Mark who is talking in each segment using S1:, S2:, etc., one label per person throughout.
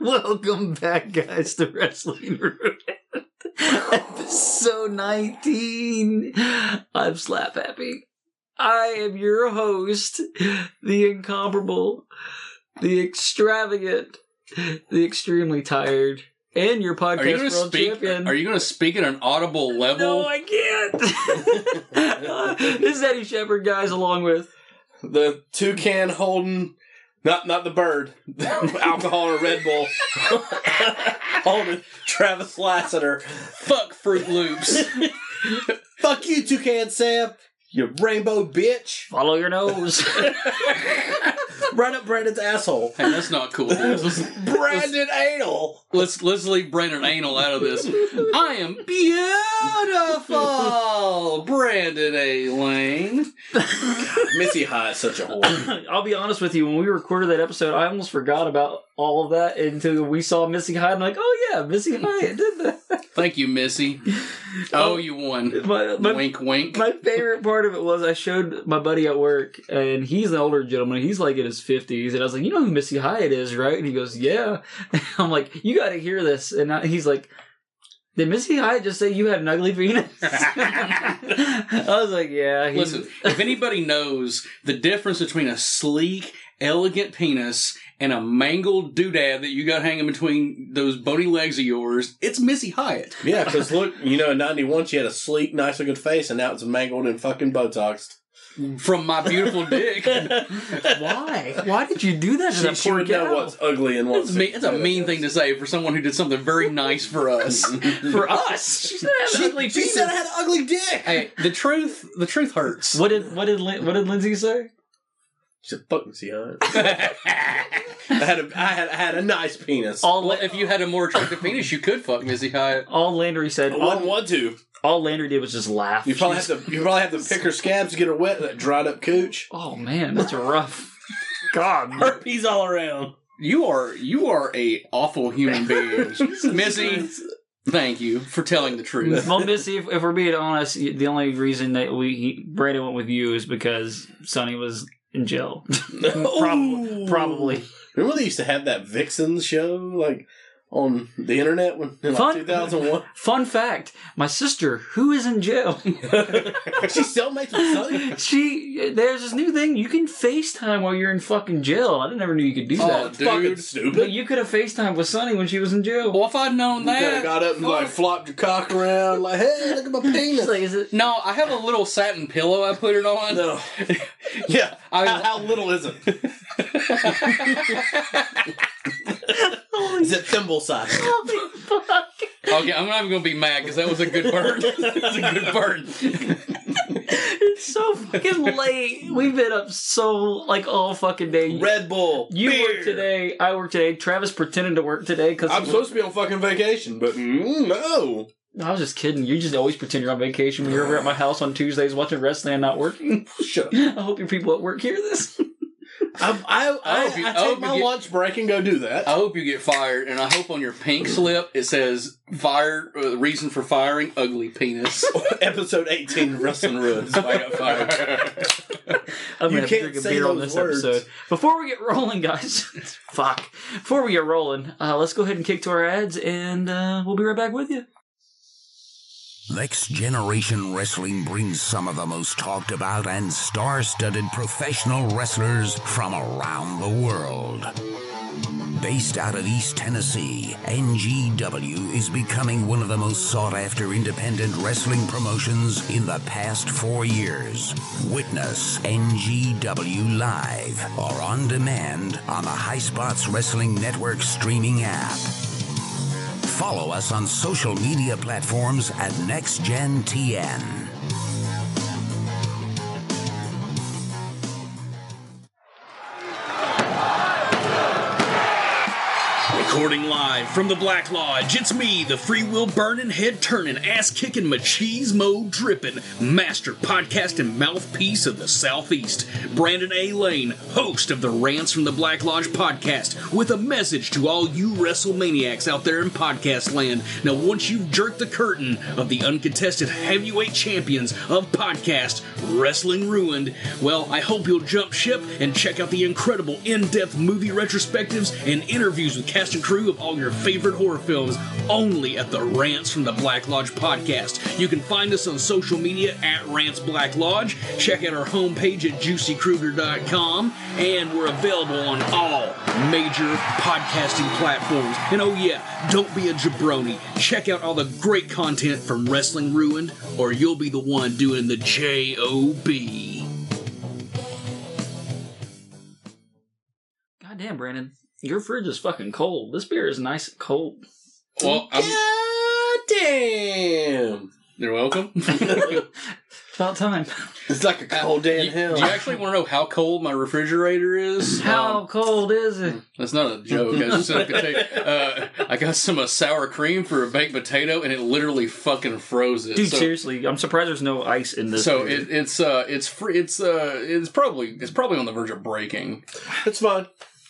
S1: Welcome back, guys, to Wrestling Roulette, episode 19. I'm Slap Happy. I am your host, the incomparable, the extravagant, the extremely tired, and your
S2: Are you
S1: podcast
S2: going to
S1: world
S2: speak?
S1: champion.
S2: Are you going to speak at an audible level?
S1: no, I can't. this is Eddie Shepard, guys, along with
S3: the toucan holding not not the bird alcohol or red bull holding travis lassiter
S2: Fuck Fruit Loops.
S3: fuck you toucan sam you rainbow bitch
S1: Follow Your Nose.
S3: right up brandon's asshole
S2: hey, that's not cool. Let's, let's,
S3: brandon anal
S2: let's let's leave Brandon Anal out of this. I am beautiful, Brandon A. Lane.
S3: missy high is such a whore
S1: I'll be honest with you. When we recorded that episode, I almost forgot about all of that until we saw Missy Hyatt. I'm like, oh yeah, Missy Hyatt did that.
S2: Thank you, Missy. Oh, you won.
S1: My, my,
S2: wink, wink.
S1: my favorite part of it was I showed my buddy at work, and he's an older gentleman. He's like in his fifties, and I was like, you know who Missy Hyatt is, right? And he goes, yeah. I'm like, you got to hear this, and I, he's like. Did Missy Hyatt just say you had an ugly penis? I was like, yeah. he-
S2: Listen, if anybody knows the difference between a sleek, elegant penis and a mangled doodad that you got hanging between those bony legs of yours, it's Missy Hyatt.
S3: yeah because look you know in 91 she had a sleek nice looking face and now it's mangled and fucking botoxed
S2: From my beautiful dick.
S1: why? Why did you do that to
S3: she,
S1: that
S3: she
S1: poor
S3: would know
S1: gal?
S3: what's ugly and
S2: It's,
S3: what's
S2: mean, it's a mean thing to say for someone who did something very nice for us.
S1: For us, she said, I had an ugly
S3: she
S1: penis.
S3: said i had an ugly dick
S2: hey, the truth, the truth hurts.
S1: What did what did Lin- what did Lindsay say?
S3: She said, "Fuck Missy Hyatt." I had a, I had, I had a nice penis.
S1: All
S2: Well, if you had a more attractive penis, you could fuck Missy Hyatt.
S1: all Landry said,
S3: I wouldn't
S1: all,
S3: want to.
S1: all Landry did was just laugh.
S3: You probably have
S1: She's-
S3: to. You probably have to pick her scabs to get her wet. That dried up cooch.
S1: oh man, that's rough. God,
S3: Herpes all around.
S2: You are you are a awful human being, Missy. Thank you for telling the truth.
S1: well, Missy, if, if we're being honest, y- the only reason that we he- Brandon went with you is because Sonny was in jail. probably, probably.
S3: Remember they used to have that Vixen show like on the internet when in
S1: Fun.
S3: like 2001.
S1: Fun fact: My sister, who is in jail,
S3: she still makes it
S1: Oh,
S3: funny.
S1: she there's this new thing you can FaceTime while you're in fucking jail. I never knew you could do that.
S2: Oh,
S3: Fucking
S2: dude.
S1: But
S3: stupid.
S1: you could have FaceTime with Sonny when she was in jail.
S2: Well, if I'd known
S3: You could have
S2: that,
S3: got up and like flopped your cock around, like, "Hey, look at my
S1: She's
S3: penis."
S1: like, is it?
S2: No, I have a little satin pillow I put it on.
S3: No. yeah.
S2: I-
S3: how, how little is it? Is it thimble size?
S1: Holy fuck.
S2: Okay, I'm not even gonna be mad because that was a good burn. That's a good burn.
S1: It's so fucking late. We've been up so like all fucking day.
S3: Red Bull.
S1: you
S3: beer.
S1: work today. I work today. Travis pretended to work today because
S3: I'm supposed to be on fucking vacation, but mm, no.
S1: I was just kidding. You just always pretend you're on vacation when you're over at my house on Tuesdays watching wrestling and not working.
S3: Shut up.
S1: I hope your people at work hear this.
S3: I'm, I, I,
S2: hope you-
S3: I
S2: I
S3: take
S2: hope
S3: my
S2: you get-
S3: lunch break and go do that.
S2: I hope you get fired, and I hope on your pink slip it says "fire uh, reason for firing ugly penis."
S3: Episode 18 of Wrestling Ruins. I got fired.
S1: I'm gonna
S3: You
S1: have to
S3: can't
S1: drink a
S3: say
S1: beer on
S3: those
S1: this
S3: words.
S1: episode. Before we get rolling, guys, fuck. Before we get rolling, uh, let's go ahead and kick to our ads, and uh, we'll be right back with you.
S4: Next Generation Wrestling brings some of the most talked about and star studded professional wrestlers from around the world. Based out of East Tennessee, NGW is becoming one of the most sought after independent wrestling promotions in the past four years. Witness NGW Live or on demand on the High Spots Wrestling Network streaming app. Follow us on social media platforms at NextGenTN.
S5: Recording live from the Black Lodge, it's me, the free will burning, head turning, ass kicking, machismo dripping, master podcast and mouthpiece of the Southeast, Brandon A. Lane, host of the Rants from the Black Lodge podcast, with a message to all you WrestleManiacs out there in podcast land. Now, once you've jerked the curtain of the uncontested heavyweight champions of podcast, Wrestling Ruined, well, I hope you'll jump ship and check out the incredible in depth movie retrospectives and interviews with cast and crew of all your favorite horror films only at the Rants from the Black Lodge podcast. You can find us on social media at Rants Black Lodge. Check out our homepage at juicycruger.com, and we're available on all major podcasting platforms. And oh, yeah, don't be a jabroni. Check out all the great content from Wrestling Ruined, or you'll be the one doing the J.O.B.
S1: God damn, Brandon. Your fridge is fucking cold. This beer is nice and cold.
S2: Well,
S3: Um,
S2: I'm,
S3: God damn.
S2: you're welcome.
S1: About time.
S3: It's like a cold day
S2: you,
S3: in hell.
S2: Do you actually want to know how cold my refrigerator is?
S1: How
S2: Um,
S1: cold is it?
S2: that's not a joke. I just said I could take. Uh, I got some uh, sour cream for a baked potato, and it literally fucking froze it.
S1: Dude,
S2: so,
S1: seriously, I'm surprised there's no ice in this.
S2: So
S1: beer.
S2: it, it's uh it's free it's uh it's probably it's probably on the verge of breaking.
S3: It's fine.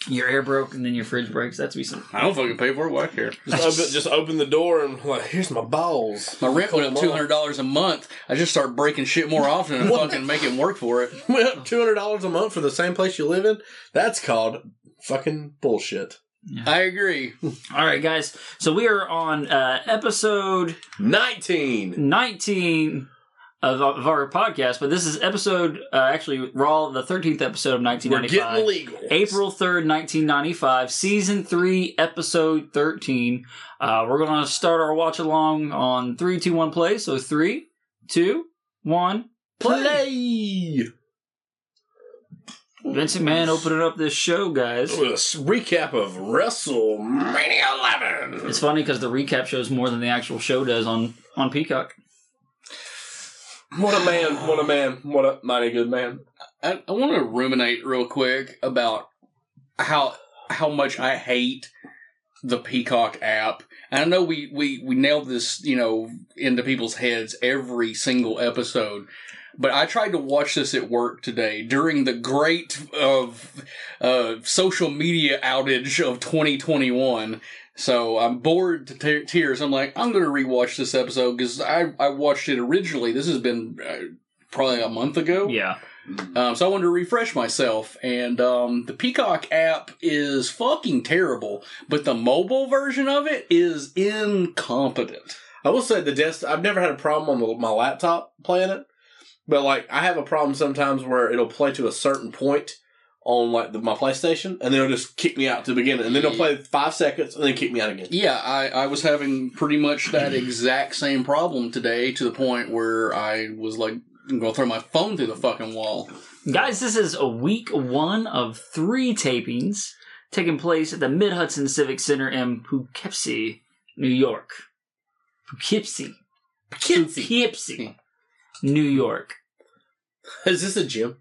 S1: your air broke and then your fridge breaks. That's recent.
S2: I don't fucking pay for it. Why care?
S3: Just open, just open the door and like, here's my balls.
S2: My rent went up
S3: Come
S2: two
S3: on.
S2: hundred dollars a month. I just start breaking shit more often and fucking making work for it.
S3: Went up two hundred dollars a month for the same place you live in. That's called fucking bullshit.
S2: I agree.
S1: All right, guys. So we are on uh, episode
S3: Nineteen.
S1: 19 of, of our podcast, but this is episode, uh, actually, Raw, the 13th episode of
S3: We're getting
S1: 1995.
S3: legal.
S1: April 3rd, 1995, season 3, episode 13. Uh, we're going to start our watch along on three, two, one, play. So three, two, one, play.
S3: play.
S1: Vince McMahon opening up this show, guys.
S3: With a s- recap of WrestleMania 11.
S1: It's funny because the recap shows more than the actual show does on, on Peacock.
S3: What a man! What a man! What a mighty good man!
S2: I, I want to ruminate real quick about how how much I hate the Peacock app. And I know we we we nailed this, you know, into people's heads every single episode. But I tried to watch this at work today during the great of uh, social media outage of 2021. So I'm bored to te- tears. I'm like, I'm going to rewatch this episode because I I watched it originally. This has been uh, probably a month ago.
S1: Yeah.
S2: Um, so I wanted to refresh myself, and um, the Peacock app is fucking terrible, but the mobile version of it is incompetent.
S3: I will say the desk. I've never had a problem on the, my laptop playing it, but like I have a problem sometimes where it'll play to a certain point on like the, my PlayStation, and then it'll just kick me out to the beginning, and then it'll play five seconds, and then kick me out again.
S2: Yeah, I, I was having pretty much that exact same problem today to the point where I was like, I'm gonna throw my phone through the fucking wall.
S1: Guys, this is a week one of three tapings taking place at the Mid Hudson Civic Center in Poughkeepsie, New York. Poughkeepsie. Poughkeepsie, New York.
S3: Is this a gym?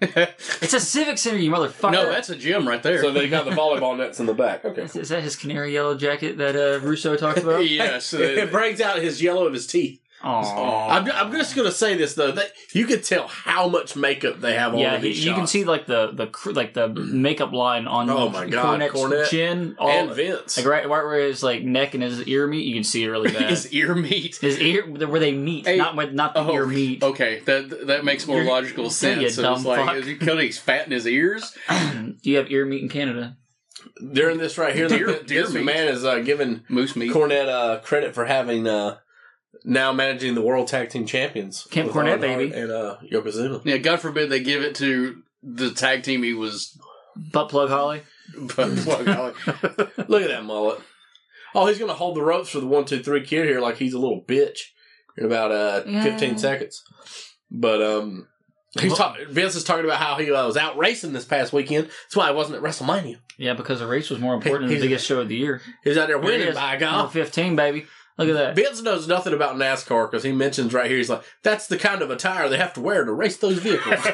S1: It's a civic center, you motherfucker.
S2: No, that's a gym right there.
S3: So they got the volleyball nets in the back. Okay.
S1: Is, is that his canary yellow jacket that uh, Russo talked about?
S2: yes.
S3: It brings out his yellow of his teeth.
S1: Aw.
S3: I'm, I'm just gonna say this though. That you could tell how much makeup they have on.
S1: Yeah,
S3: in
S1: he,
S3: these
S1: you can
S3: shots.
S1: see like the the cr- like the makeup line on
S3: Oh my God,
S1: Cornette's
S3: Cornette
S1: chin, all
S3: and Vince.
S1: like right, right where his like neck and his ear meet. You can see it really bad.
S2: is ear meat.
S1: His ear, where they meet,
S2: Hey,
S1: not with not the
S2: oh,
S1: ear meet.
S2: Okay, that that makes more
S1: You're-
S2: logical sense.
S1: you
S2: It's
S1: dumb
S2: like,
S1: fuck.
S2: is he cutting his fat in his ears?
S1: Do you have ear meat in Canada?
S3: During this right here,
S2: Deer-
S3: the,
S2: deer
S3: this
S2: meat.
S3: man is uh, giving
S2: Moose meat.
S3: Cornette uh, credit for having uh, now managing the World Tag Team Champions.
S1: Camp
S3: with
S1: Cornette,
S3: Owen Hart
S1: baby.
S3: And uh, Yokozuna.
S2: Yeah, God forbid they give it to the tag team he was.
S1: Butt plug Holly.
S3: Look at that mullet. Oh, he's going to hold the ropes for the one, two, three kid here like he's a little bitch in about uh, 15 seconds. But um, he's ta- Vince is talking about how he uh, was out racing this past weekend. That's why he wasn't at WrestleMania.
S1: Yeah, because the race was more important than the biggest show of the year.
S3: He was out there
S1: There it
S3: winning,
S1: is.
S3: by
S1: Number
S3: God.
S1: fifteen, baby. Look at that.
S3: Vince knows nothing about NASCAR because he mentions right here, he's like, that's the kind of attire they have to wear to race those vehicles.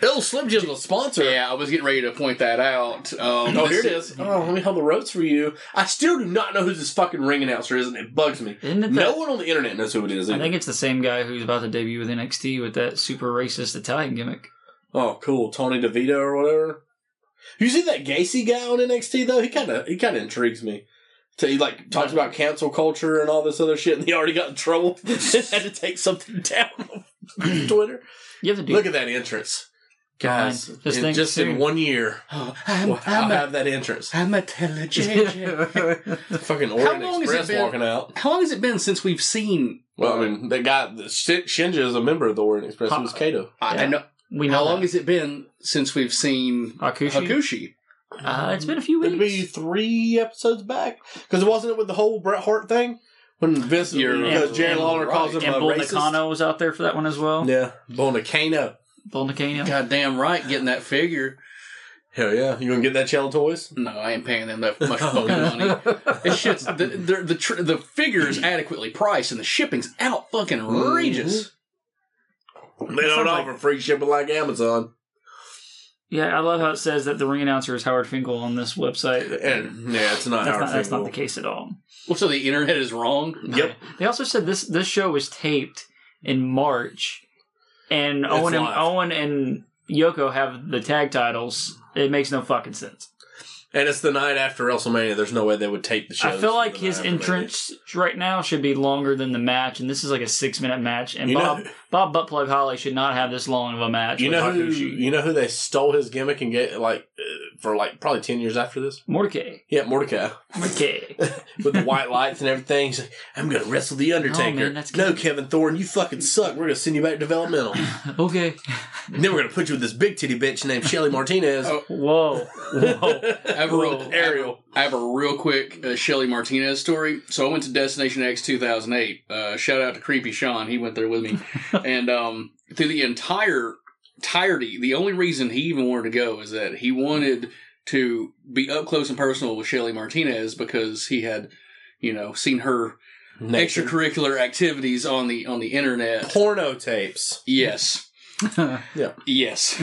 S3: Bill Slim Jim's a sponsor.
S2: yeah, I was getting ready to point that out. Um,
S3: Oh,
S2: this-
S3: here it is. Oh, let me hold the ropes for you. I still do not know who this fucking ring announcer is, and it bugs me.
S1: Isn't it
S3: No
S1: that-
S3: one on the internet knows who it is.
S1: I
S3: Either.
S1: think it's the same guy who's about to debut with NXT with that super racist Italian gimmick.
S3: Oh, cool, Tony DeVito or whatever. You see that Gacy guy on NXT though? He kind of he kind of intrigues me. So he like talks about cancel culture and all this other shit, and he already got in trouble. Had to take something down on Twitter.
S1: You have to do.
S3: Look at that entrance. Guys,
S1: Fine. Just
S3: just, in,
S1: think
S3: just in
S1: soon.
S3: one year,
S2: Oh, I'm,
S3: we'll- I'll
S2: I'm, a,
S3: have that entrance.
S2: I'm a telegenic.
S3: Fucking Orient
S2: long has it
S3: Express
S2: been?
S3: walking out.
S2: How long has it been since we've seen?
S3: Well, I mean, they got the, Shin- Shinja is a member of the Orient Express. It was Kato.
S2: I, I
S1: Yeah.
S2: know.
S1: we know
S2: How long has it been since we've seen
S1: Hakushi?
S2: Hakushi?
S1: Uh, it's been a few
S3: It'd be
S1: weeks.
S3: three episodes back because wasn't it with the whole Bret Hart thing when Vince,
S2: You're
S3: because Jerry
S2: right.
S3: Lawler calls him
S2: be
S1: And
S3: a
S1: Bull
S3: racist.
S1: Nakano was out there for that one as well.
S3: Yeah, Bonacano.
S1: Bull Nakano.
S2: Goddamn right, getting that figure.
S3: Hell yeah, you gonna get that channel toys?
S2: No, I ain't paying them that much fucking money. It's shit's the the the, tr- the figure is adequately priced and the shipping's out fucking outrageous.
S3: They don't offer free shipping like Amazon.
S1: Yeah, I love how it says that the ring announcer is Howard Finkel on this website.
S3: And yeah, it's not
S1: That's
S3: Howard
S1: not, that's not
S3: Finkel.
S1: the case at all.
S2: Well, so the internet is wrong.
S3: Yep.
S1: They also said this this show was taped in March, and Owen and
S3: live.
S1: Owen and Yoko have the tag titles. It makes no fucking sense.
S3: And it's the night after WrestleMania. There's no way they would tape the show.
S1: I feel like his entrance right now should be longer than the match, and this is like a six minute match. And
S3: You know-
S1: Bob Bob Buttplug Holly should not have this long of a match.
S3: You
S1: with
S3: know who?
S1: Hakushi.
S3: You know who they stole his gimmick and get like uh, for like probably ten years after this.
S1: Mordecai.
S3: Yeah, Mordecai
S1: Mordecai.
S3: with the white lights and everything. He's like, "I'm gonna wrestle the Undertaker."
S1: Oh, man, that's
S3: no,
S1: good.
S3: Kevin Thorne, you fucking suck. We're gonna send you back to developmental.
S1: okay.
S3: And then we're gonna put you with this big titty bitch named Shelly Martinez.
S2: Oh.
S1: Whoa. Whoa.
S2: I have a real,
S1: Whoa.
S3: Ariel.
S2: I have a real quick uh, Shelly Martinez story. So I went to Destination X 2008. Uh, shout out to Creepy Sean. He went there with me. and um, through the entire entirety, the only reason he even wanted to go is that he wanted to be up close and personal with Shelly Martinez because he had, you know, seen her
S3: Naked.
S2: extracurricular activities on the on the internet.
S3: porno tapes.
S2: Yes.
S3: Yeah.
S2: Yes.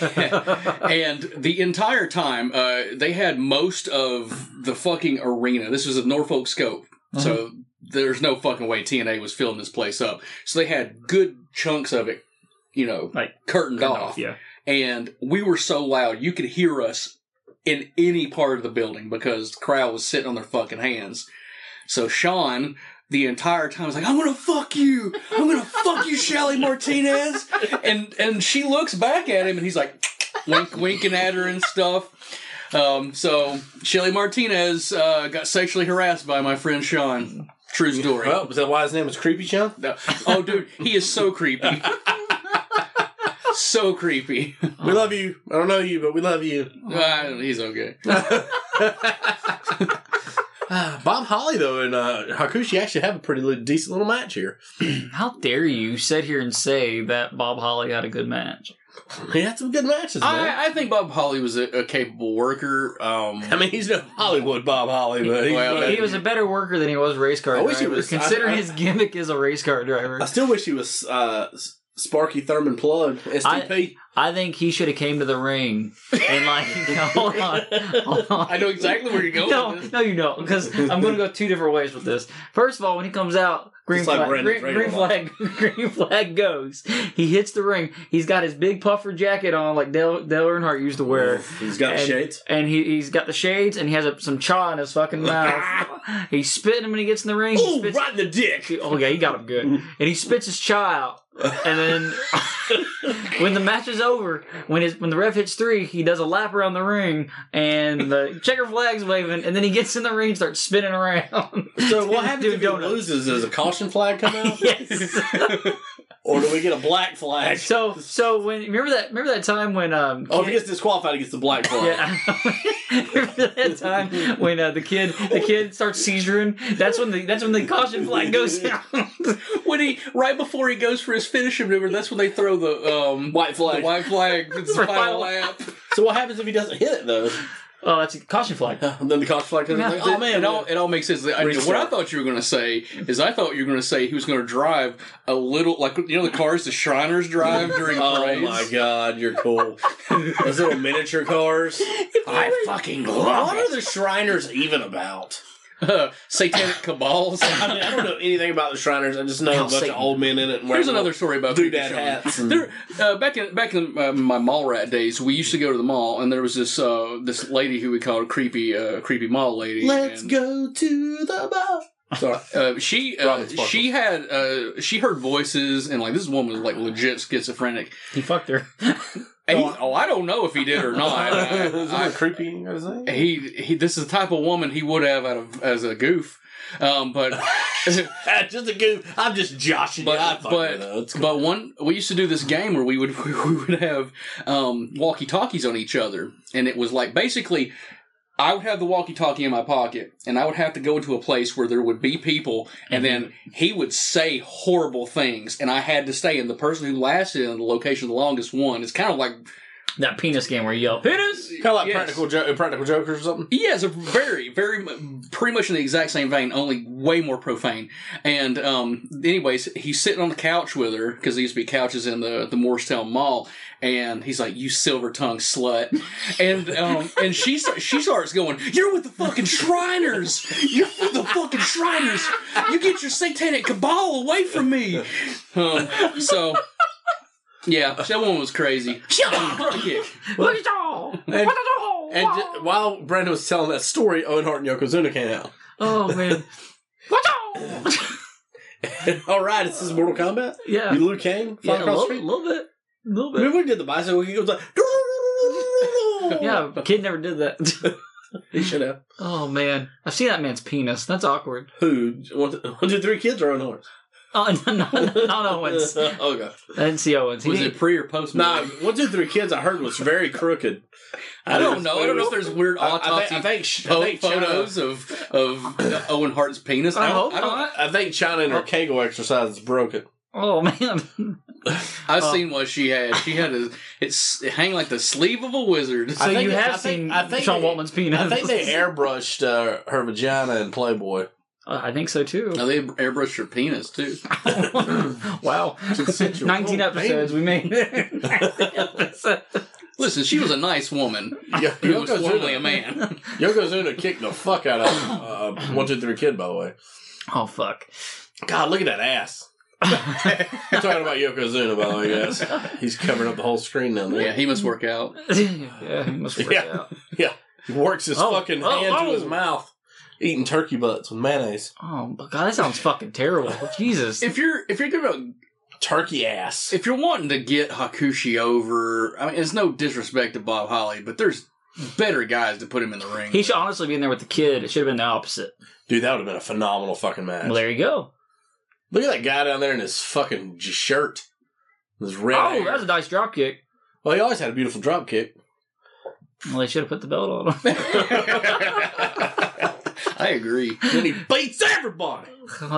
S1: Yeah.
S2: and the entire time, uh, they had most of the fucking arena. This was a Norfolk scope, so there's no fucking way TNA was filling this place up. So they had good chunks of it, you know,
S1: Like,
S2: curtained, off.
S1: yeah.
S2: And we were so loud, you could hear us in any part of the building because the crowd was sitting on their fucking hands. So Sean. The entire time was like, I'm gonna fuck you. I'm gonna fuck you, Shelly Martinez. And and she looks back at him and he's like wink winking at her and stuff. Um, so Shelly Martinez uh, got sexually harassed by my friend Sean. True story.
S3: Well, is that why his name was Creepy Sean?
S2: No. Oh, dude, he is so creepy. so creepy.
S1: Oh.
S3: We love you. I don't know you, but we love you.
S2: Uh, he's okay.
S3: Bob Holly though and uh, Hakushi actually have a pretty li- decent little match here.
S1: How dare you sit here and say that Bob Holly had a good match?
S3: He had some good matches, man. I,
S2: I, I think Bob Holly was a, a capable worker. Um,
S3: mean, he's no Hollywood Bob Holly, but he's
S2: Well,
S1: He was a better worker than he was race car
S3: I
S1: driver.
S3: wish he was-
S1: considering
S3: I- I-
S1: his gimmick is a race car driver.
S3: I still wish he was uh, S- Sparky Thurman Plug STP.
S1: I think he should have came to the ring and like hold on, hold on.
S2: I know exactly where you're going.
S1: No,
S2: with this.
S1: no, you don't, because I'm going to go two different ways with this. First of all, when he comes out, green
S3: Just like
S1: flag,
S3: Brandon's
S1: green, green flag, green flag goes. He hits the ring. He's got his big puffer jacket on, like Dale, Dale Earnhardt used to wear.
S3: he's got
S1: and,
S3: shades.
S1: And he, he's got the shades, and he has a, some chaw in his fucking mouth. he's spitting him when he gets in the ring. he
S3: Ooh,
S1: spits,
S3: right in the dick.
S1: oh, yeah, he got him good. And he spits his chaw out. And then when the match is over, when his, when the ref hits three, he does a lap around the ring, and the checker flag's waving, and then he gets in the ring and starts spinning around.
S3: So what happens
S1: Dude,
S3: if he
S1: donuts.
S3: loses? Does a caution flag come out,
S1: yes.
S3: or do we get a black flag?
S1: So so when remember that remember that time when um
S3: Oh, if he gets disqualified, he gets the black flag.
S1: Yeah, remember that time when uh, the kid the kid starts seizuring. That's when the that's when the caution flag goes down.
S2: When he right before he goes for his finishing maneuver, that's when they throw the um,
S3: uh, White flag.
S2: The white flag. It's the
S1: For final
S2: final lap.
S3: So what happens if he doesn't hit it though?
S1: Oh, that's a caution flag.
S3: then the caution flag comes.
S1: No,
S3: like,
S2: It-
S3: oh man,
S2: it all, it all makes sense. I- what I
S3: Restart.
S2: thought you were going to say is I thought you were going to say he was going to drive a little, like, you know, the cars the Shriners drive during
S3: Oh
S2: parades.
S3: my god, you're cool. Those little miniature cars.
S2: I fucking
S3: What
S2: love
S3: are the Shriners even about?
S2: it. Uh, satanic cabals.
S3: I mean, I don't know anything about the Shriners. I just know a bunch
S1: Satan.
S3: of old men in it. and
S2: Here's
S3: wearing
S2: another story about
S3: doodad
S2: Creepy Sean.
S3: hats. and-
S2: There, uh, back in back in uh, my mall rat days, we used to go to the mall, and there was this uh, this lady who we called creepy uh, creepy mall lady.
S3: Let's
S2: and-
S3: go to the bar. Sorry.
S2: Uh, she uh,
S3: Robin Sparkle.
S2: she had uh, she heard voices and like this woman was like legit schizophrenic.
S1: He fucked her.
S2: And he- oh, I don't know if he did or not.
S3: Isn't
S2: I-
S3: that creepy? You gotta say?
S2: I- he he. This is the type of woman he would have out of, as a goof. Um, but
S3: just a goof. I'm just joshing
S2: But-
S3: you. I fucking
S2: but-
S3: know. It's
S2: but one we used to do this game where we would we would have um, walkie talkies on each other, and it was like basically I would have the walkie talkie in my pocket, and I would have to go into a place where there would be people, and then he would say horrible things, and I had to stay. And the person who lasted in the location the longest one is kind of like
S1: that penis game where you yell penis.
S3: kind of like
S2: yes.
S3: practical jo- practical jokers or something.
S2: Yeah, it's a very, very, mu- pretty much in the exact same vein, only way more profane. And, um, anyways, he's sitting on the couch with her because there used to be couches in the the Morristown Mall, and he's like, "You silver tongued slut," and um, and she start, she starts going, "You're with the fucking Shriners. You're with the fucking Shriners. You get your satanic cabal away from me." Um, so. Yeah, that one was crazy. Yeah.
S1: Look at y'all.
S3: And-
S1: What at all?
S3: And ju- while Brandon was telling that story, Owen Hart and Yokozuna came out.
S1: oh man. What y'all?
S3: All right, it's this Mortal Kombat.
S1: yeah.
S3: You Liu Kang flying
S1: yeah a
S3: across
S1: little,
S3: the street.
S1: little bit. A little bit.
S3: Remember when he did the bicycle? He goes like,
S1: Yeah, kid never did that.
S3: he should have.
S1: oh man, I've seen that man's penis. That's awkward.
S3: Who? One, one, two, three kids or Owen Hart?
S1: Oh no, no, no, not Owens. I
S3: oh god.
S1: didn't see Owens. He
S2: Was
S1: didn't-
S2: it pre or post?
S3: Nah, one, two, three kids. I heard was very crooked.
S2: I don't know. I don't know if there's weird
S3: I, I think,
S2: autopsy
S3: I think, sh- I
S2: po-
S3: think
S2: photos of of Owen Hart's penis.
S1: I
S2: I
S1: hope
S2: don't. I don't
S1: not.
S3: China, I think China and her Kegel exercise is broken.
S1: Oh man.
S2: I've
S1: Oh.
S2: seen what she had. She had a it's it hang like the sleeve of a wizard.
S1: So
S3: I think
S1: you
S3: it-
S1: have
S3: I think-
S1: seen
S3: I think
S1: Sean
S3: they-
S1: Waltman's penis.
S3: I think they airbrushed uh, her vagina in Playboy.
S1: Uh, I think so too.
S3: Oh.
S2: Now they airbrushed her penis too.
S1: wow.
S3: consensual.
S1: 19
S3: Oh,
S1: episodes we made. 19 episodes.
S2: Listen, she was a nice woman
S3: Yeah,
S2: who was formerly a
S3: Yokozuna,
S2: man.
S3: Yokozuna kicked the fuck out of uh, one, two, three kid. By the way,
S1: Oh fuck.
S3: God, look at that ass. We're talking about Yokozuna, by the way, guys. He's covering up the whole screen down there.
S2: Yeah, he must work out.
S1: yeah, he must work
S3: Yeah.
S1: out.
S3: He works his
S1: Oh,
S3: fucking
S1: oh,
S3: hand to his
S1: oh.
S3: mouth, eating turkey butts with mayonnaise.
S1: Oh but god, that sounds fucking terrible. Jesus.
S2: If you're if you're gonna
S3: Turkey ass.
S2: if you're wanting to get Hakushi over, I mean, it's no disrespect to Bob Holly, but there's better guys to put him in the ring.
S1: He should honestly be in there with the kid. It should have been the opposite.
S3: Dude, that would have been a phenomenal fucking match.
S1: Well, there you go.
S3: Look at that guy down there in his fucking j- shirt. His red
S1: Oh,
S3: hair.
S1: that was a nice drop kick.
S3: well, he always had a beautiful drop kick.
S1: Well, they should have put the belt on him.
S2: I agree.
S3: Then he beats everybody.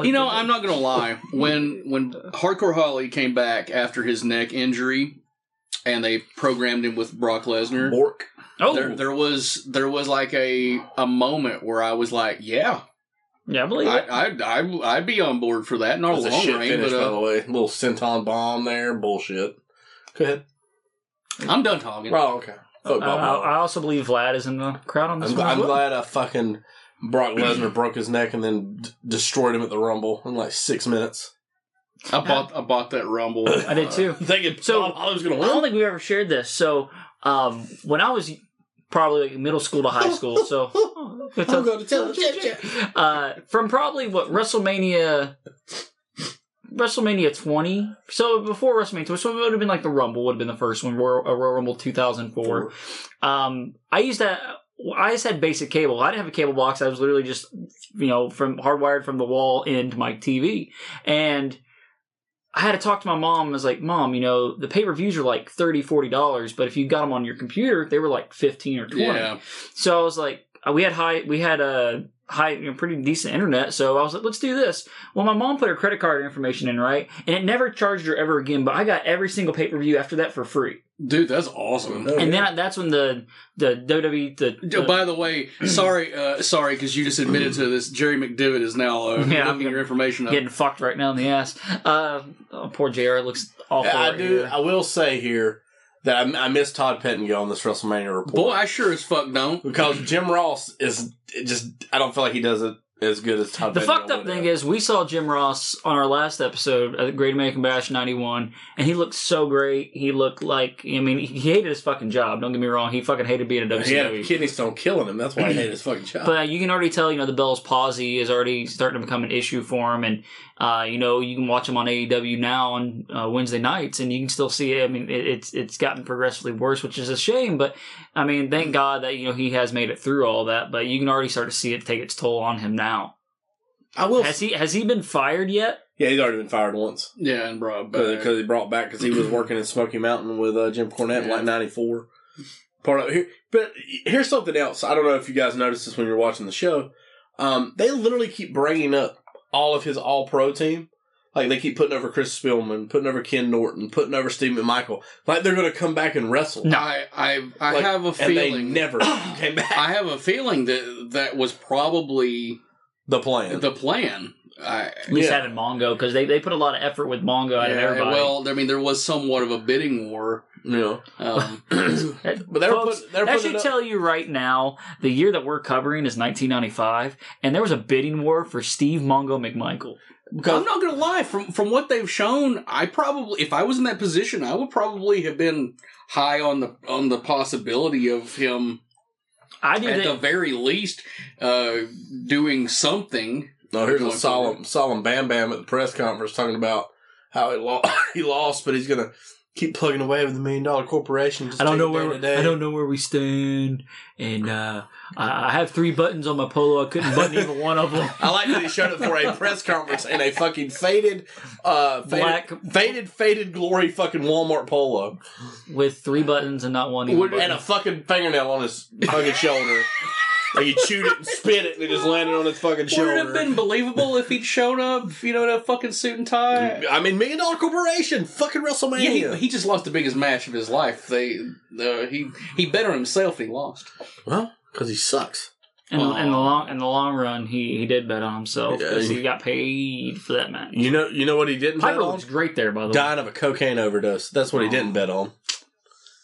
S2: You know, I'm not gonna lie. When when Hardcore Holly came back after his neck injury, and they programmed him with Brock Lesnar,
S3: Bork.
S1: Oh,
S2: there there was there was like a a moment where I was like, yeah,
S1: Oh, yeah, I
S2: I
S1: believe it.
S2: I I I'd be on board for that. Not a
S3: That's a
S2: long
S3: shit
S2: reign,
S3: finish,
S2: but
S3: by the
S2: uh,
S3: way. Little senton bomb there. Bullshit. Go ahead.
S2: I'm done talking.
S3: Oh, okay. Fuck
S1: I,
S3: Bob Holly.
S1: I- I also believe Vlad is in the crowd on Uh, this
S3: I'm,
S1: one.
S3: gl-
S1: as
S3: I'm
S1: well.
S3: glad I fucking Brock Lesnar broke his neck and then d- destroyed him at the Rumble in like six minutes.
S2: I bought I bought that Rumble.
S1: I did too.
S3: Thinking
S1: So-
S3: Bob Holly was gonna
S1: I don't think we ever shared this. So, um, when I was probably like middle school to high school, so
S3: I'm going to tell him.
S1: uh, from probably what WrestleMania, WrestleMania 20. So before WrestleMania 20, so it would have been like the Rumble would have been the first one, Royal, uh, Royal Rumble 2004. Um, I used that. I just had basic cable. I didn't have a cable box. I was literally just, you know, from hardwired from the wall into my TV, and I had to talk to my mom. I was like, "Mom, you know, the pay per views are like 30 dollars, but if you got them on your computer, they were like fifteen or twenty.
S2: Uh, Yeah,
S1: So I was like, uh, we had high, we had a high, you know, pretty decent internet. So I was like, let's do this. Well, my mom put her credit card information in, right? And it never charged her ever again. But I got every single pay per view after that for free.
S2: dude, that's awesome.
S3: Oh,
S1: And then I, that's when the the WWE the, the
S2: Oh, by the way, sorry, uh, sorry, because you just admitted to this. Jerry McDivitt is now uh,
S1: Yeah, I'm
S2: looking your information up.
S1: getting fucked right now in the ass. Uh, oh, poor Jr. looks awful.
S3: I
S1: right
S3: do.
S1: here.
S3: I will say here that I, I miss Todd Pettingill on this WrestleMania report
S2: Boy, I sure as fuck don't.
S3: because Jim Ross is it just. I don't feel like he does it as good as Todd.
S1: The
S3: Van
S1: fucked
S3: Dam
S1: up
S3: would
S1: thing
S3: have.
S1: is, we saw Jim Ross on our last episode at Great American Bash '91, and he looked so great. He looked like, I mean, he hated his fucking job. Don't get me wrong; he fucking hated being a
S3: he had a
S1: WCW.
S3: kidney stone killing him. That's why he hated his fucking job.
S1: E. But uh, you can already tell, you know, the Bell's palsy is already starting to become an issue for him, and uh, you know, you can watch him on AEW now on uh, Wednesday nights, and you can still see. it. I mean, it, it's it's gotten progressively worse, which is a shame. But I mean, thank God that you know he has made it through all that. But you can already start to see it take its toll on him now.
S3: I will.
S1: Has he has he been fired yet?
S3: yeah, he's already been fired once
S2: Yeah, and
S1: Uh,
S2: bro, but
S3: because he brought back because he was working in Smoky Mountain with uh, Jim Cornette in like '94. Part of here, but here's something else. I don't know if you guys noticed this when you're watching the show. Um, they literally keep bringing up all of his All Pro team. Like they keep putting over Chris Spillman, putting over Ken Norton, putting over Steve McMichael. Like they're going to come back and wrestle.
S1: No.
S2: I I I
S3: Like,
S2: have a
S3: and they
S2: feeling
S3: never came back.
S2: I have a feeling that that was probably
S3: the plan.
S2: the plan. I,
S1: At least
S3: Yeah.
S1: having Mongo because they, they put a lot of effort with Mongo out of
S2: Yeah,
S1: everybody.
S2: Well, I mean, there was somewhat of a bidding war.
S3: you know,
S2: Um,
S3: but they were
S1: Folks,
S3: putting- they were
S1: that
S3: putting
S1: should
S3: it up.
S1: tell you right now the year that we're covering is 1995, and there was a bidding war for Steve Mongo McMichael.
S2: I'm not gonna lie. From from what they've shown, I probably, if I was in that position, I would probably have been high on the on the possibility of him
S1: I do
S2: at the
S1: think
S2: very least uh, doing something.
S3: No, here's a
S2: Going
S3: solemn, solemn Bam Bam at the press conference talking about how he lost. he lost, but he's gonna keep plugging away with the million dollar corporation. Just
S1: I don't
S3: take
S1: know
S3: it day
S1: where
S3: to day.
S1: I don't know where we stand, and uh, I, I have three buttons on my polo. I couldn't button even one of them.
S3: I like that he showed up for a press conference in a fucking faded, uh, faded,
S1: Black
S3: faded, faded glory fucking Walmart polo
S1: with three buttons and not one. Even
S2: Would-
S1: button.
S3: and a fucking fingernail on his fucking shoulder. Like he chewed it and spit it and it just landed on his fucking
S2: Would
S3: shoulder.
S2: it have been believable if he'd shown up, you know, in a fucking suit and tie?
S3: I mean, million dollar corporation, fucking
S2: Yeah,
S3: WrestleMania.
S2: he, he just lost the biggest match of his life. They uh, he he bet on himself. and He lost.
S3: well, because he sucks.
S1: in, the, in the long in the long run, he, he did bet on himself
S3: Yeah,
S1: because
S3: he-
S1: he got paid for that match.
S3: You know, you know what he didn't. bet
S1: Piper
S3: on?
S1: looks great there, by the way.
S3: Dying of a cocaine overdose. That's what he didn't bet on.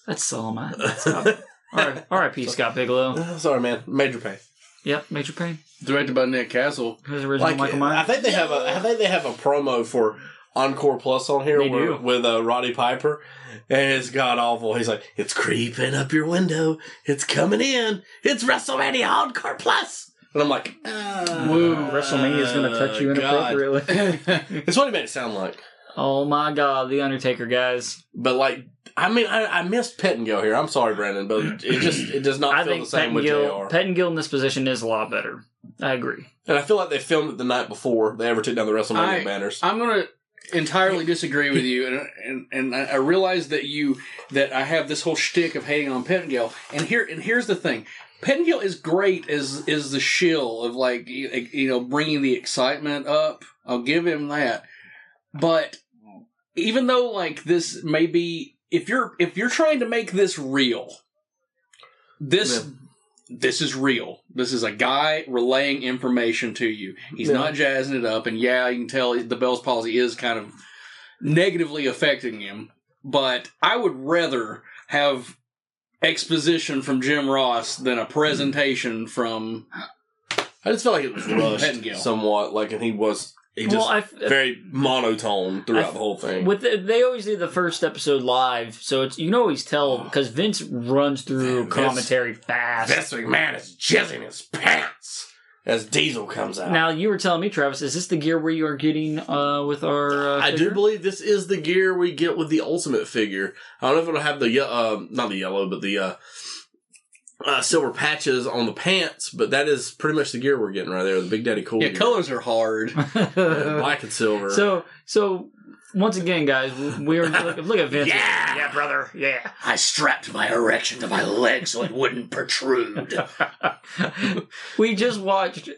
S1: That's so man. Scott- R- R.I.P. Scott Bigelow.
S3: Sorry, man. Major pain.
S1: Yep, Major Pain.
S2: Directed by Nick Castle.
S1: His original
S3: Like
S1: Michael
S3: I
S1: Myers.
S3: think they have a I think they have a promo for Encore Plus on here
S1: They
S3: where,
S1: do.
S3: with uh, Roddy Piper, and it's god awful. He's like, "It's creeping up your window. It's coming in. It's WrestleMania Encore Plus." And I'm like, uh,
S1: Woo, WrestleMania's gonna touch you
S3: God.
S1: inappropriately.
S3: That's what he made it sound like.
S1: oh my God, The Undertaker, guys.
S3: But like, I mean, I, I missed Pettingill here. I'm sorry, Brandon, but it just it does not
S1: I
S3: feel
S1: think
S3: the same with
S1: Pettingill,
S3: Jr.
S1: Pettingill in this position is a lot better. I agree.
S3: and I feel like they filmed it the night before they ever took down the WrestleMania
S2: I-
S3: banners.
S2: I'm gonna entirely disagree with you, and and and I I realize that you that I have this whole shtick of hating on Pettingill, and here and here's the thing. Pettingill is great as is the shill of like you you know bringing the excitement up. I'll give him that, but even though like this may be if you're if you're trying to make this real, this this is real. This is a guy relaying information to you. He's
S3: Yeah.
S2: not jazzing it up, and yeah, you can tell the Bell's palsy is kind of negatively affecting him. But I would rather have exposition from Jim Ross than a presentation from
S3: I just felt like it was
S2: Pettingill.
S3: rushed somewhat, like, and he was he just
S1: well, I, f-
S3: very monotone
S1: I-
S3: throughout the whole thing.
S1: with the, they always do the first episode live, so it's you can always tell because Vince runs through
S3: Vince-
S1: commentary fast.
S3: Vince McMahon is jizzing his pants as Diesel comes out.
S1: Now you were telling me, Travis, is this the gear where you are getting uh, with our? Uh,
S3: I do
S1: figure?
S3: believe this is the gear we get with the Ultimate figure. I don't know if it'll have the ye- uh, not the yellow, but the uh, uh, silver patches on the pants. But that is pretty much the gear we're getting right there. The Big Daddy Cool.
S2: yeah,
S3: gear.
S2: colors are hard.
S3: Yeah, black and silver.
S1: So, so once again, guys, we're look, look at Vince.
S5: Yeah.
S1: yeah, brother, yeah.
S5: I strapped my erection to my leg so it wouldn't protrude.
S1: we just watched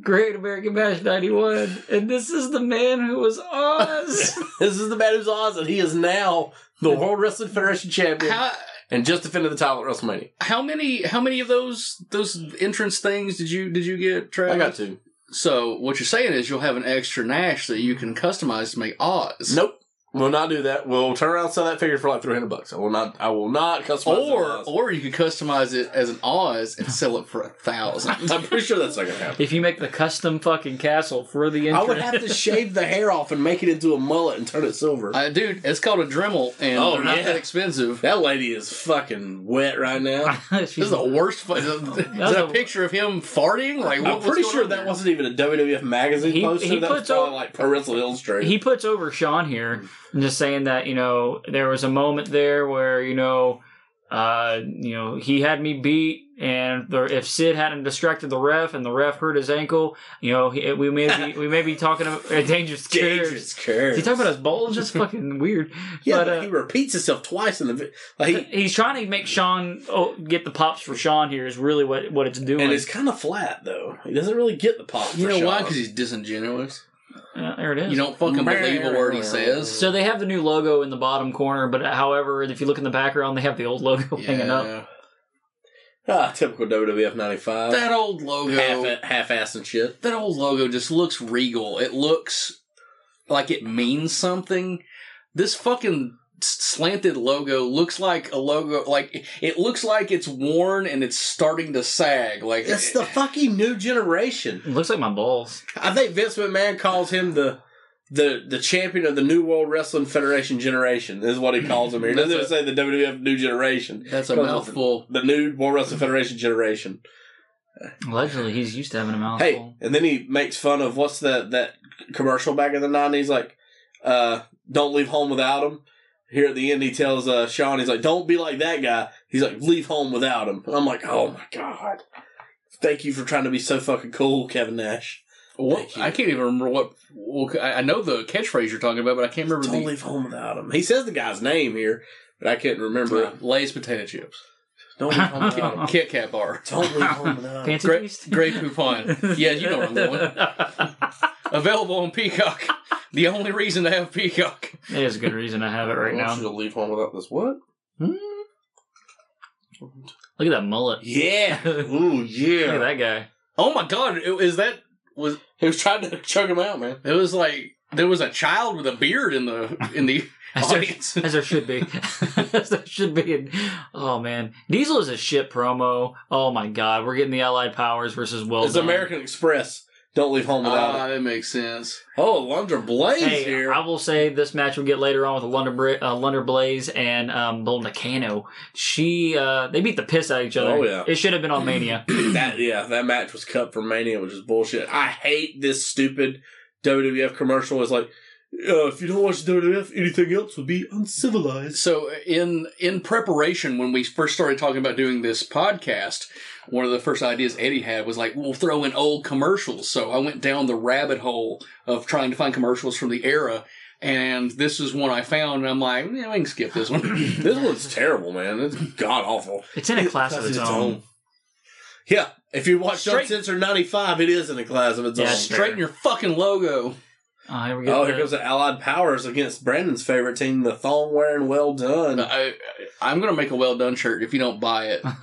S1: Great American Bash '91, and this is the man who was Oz.
S3: this is the man who's Oz, and he is now the World Wrestling Federation champion
S2: How
S3: and just defended the title at WrestleMania.
S2: how many how many of those those entrance things did you did you get? Travis?
S3: I got two.
S2: So what you're saying is you'll have an extra Nash that you can customize to make Oz.
S3: Nope. Will not do that. We'll turn around and sell that figure for like three hundred bucks. I will not. I will not customize.
S2: Or
S3: it.
S2: or you could customize it as an Oz and sell it for a thousand.
S3: I'm pretty sure that's not gonna happen.
S1: If you make the custom fucking castle for the
S3: I
S1: entrance,
S3: would have to shave the hair off and make it into a mullet and turn it silver.
S2: Uh, dude, it's called a Dremel, and
S3: Oh,
S2: they're not
S3: yeah.
S2: that expensive.
S3: that lady is fucking wet right now.
S2: This is the worst. Fu- is that a
S1: a-
S2: picture of him farting? Like, what,
S3: I'm
S2: what's
S3: pretty
S2: going
S3: sure
S2: on
S3: that
S2: there?
S3: wasn't even a WWF magazine
S1: He-
S3: poster.
S1: he
S3: that
S1: puts
S3: was probably
S1: o-
S3: like Pro Wrestling Illustrated.
S1: he puts over Sean here, and just saying that you know there was a moment there where you know, uh, you know he had me beat, and the, if Sid hadn't distracted the ref and the ref hurt his ankle, you know he, we may be we may be talking about uh, dangerous curves.
S3: dangerous curves.
S1: He talking about his bulge. That's fucking weird.
S3: yeah,
S1: but,
S3: but
S1: uh,
S3: he repeats himself twice in the vi- like, he-
S1: he's trying to make Sean oh, get the pops for Sean here is really what what it's doing.
S3: and it's kind of flat though. He doesn't really get the pop.
S2: You
S3: for
S2: know why?
S3: Sean.
S2: Because he's disingenuous.
S1: Uh, there it is.
S2: You don't fucking believe a word he says.
S1: So they have the new logo in the bottom corner, but uh, however, if you look in the background, they have the old logo hanging up.
S2: Yeah.
S3: ah, typical WWF '95.
S2: That old logo.
S3: half half ass and shit.
S2: that old logo just looks regal. It looks like it means something. This fucking s- slanted logo looks like a logo like it looks like it's worn and it's starting to sag like
S3: It's the fucking new generation.
S1: It looks like my balls.
S3: I think Vince McMahon calls him the the the champion of the New World Wrestling Federation generation. Is what he calls him here. He doesn't even say the WWF New Generation.
S2: that's a
S3: Because
S2: mouthful
S3: The New World Wrestling Federation generation.
S1: Allegedly, he's used to having a mouthful.
S3: Hey, and then he makes fun of what's that that commercial back in the nineties? Like, uh, don't leave home without him. Here at the end, he tells uh, Sean, he's like, "Don't be like that guy." He's like, "Leave home without him." And I'm like, "Oh my god." Thank you for trying to be so fucking cool, Kevin Nash.
S2: what,
S3: Thank you.
S2: I can't even remember what well, I I know the catchphrase you're talking about but I can't remember
S3: Don't leave home without him. He says the guy's name here, but I can't
S2: the
S3: remember. it.
S2: Lay's potato chips
S3: Don't leave home without him.
S2: Kit Kat bar
S3: Don't leave home without him.
S1: Fancy
S2: Great-
S1: Feast?
S2: Grey Poupon yeah you know where I'm going available on Peacock the only reason to have Peacock
S1: it is a good reason I have it right now.
S3: to leave home without this. What?
S1: Look at that mullet.
S3: Yeah.
S1: Look
S3: Ooh,
S1: at
S3: yeah.
S1: that guy.
S2: oh my god it- is that was
S3: He was trying to chug him out, man.
S2: It was like there was a child with a beard in the in the
S1: As
S3: Oh,
S1: there,
S2: audience.
S1: as there should be. as there should be. in- oh, man. Diesel is a shit promo. Oh, my God. We're getting the Allied Powers versus Well
S3: it's
S1: Done.
S3: American Express. Don't leave home without
S2: Ah,
S3: him.
S2: that makes sense.
S3: Oh, Alondra Blaze
S1: Hey,
S3: here.
S1: I will say this match we'll get later on with Lunder, Bra- uh, Lunder Blaze and um, Bull Nakano. She, uh, they beat the piss out of each other.
S3: Oh, yeah.
S1: It should have been on Mania.
S3: that yeah, that match was cut for Mania, which is bullshit. I hate this stupid WWF commercial. It's like, uh, if you don't watch WWF, anything else would be uncivilized.
S2: So in in preparation, when we first started talking about doing this podcast, one of the first ideas Eddie had was like, we'll throw in old commercials. So I went down the rabbit hole of trying to find commercials from the era, and this is one I found. And I'm like, yeah, we can skip this one.
S3: This one's terrible, man. It's god awful.
S1: It's in a class of its, own.
S3: Yeah, if you watch
S2: Straight-
S3: Uncensored '95, it is in a class of its
S1: Yeah,
S3: own.
S2: Straighten your fucking logo.
S1: Oh, here we go.
S3: Oh, here goes the Allied Powers against Brandon's favorite team, the thong wearing well done.
S1: Uh,
S2: I, I, am gonna make a well done shirt if you don't buy it.
S3: I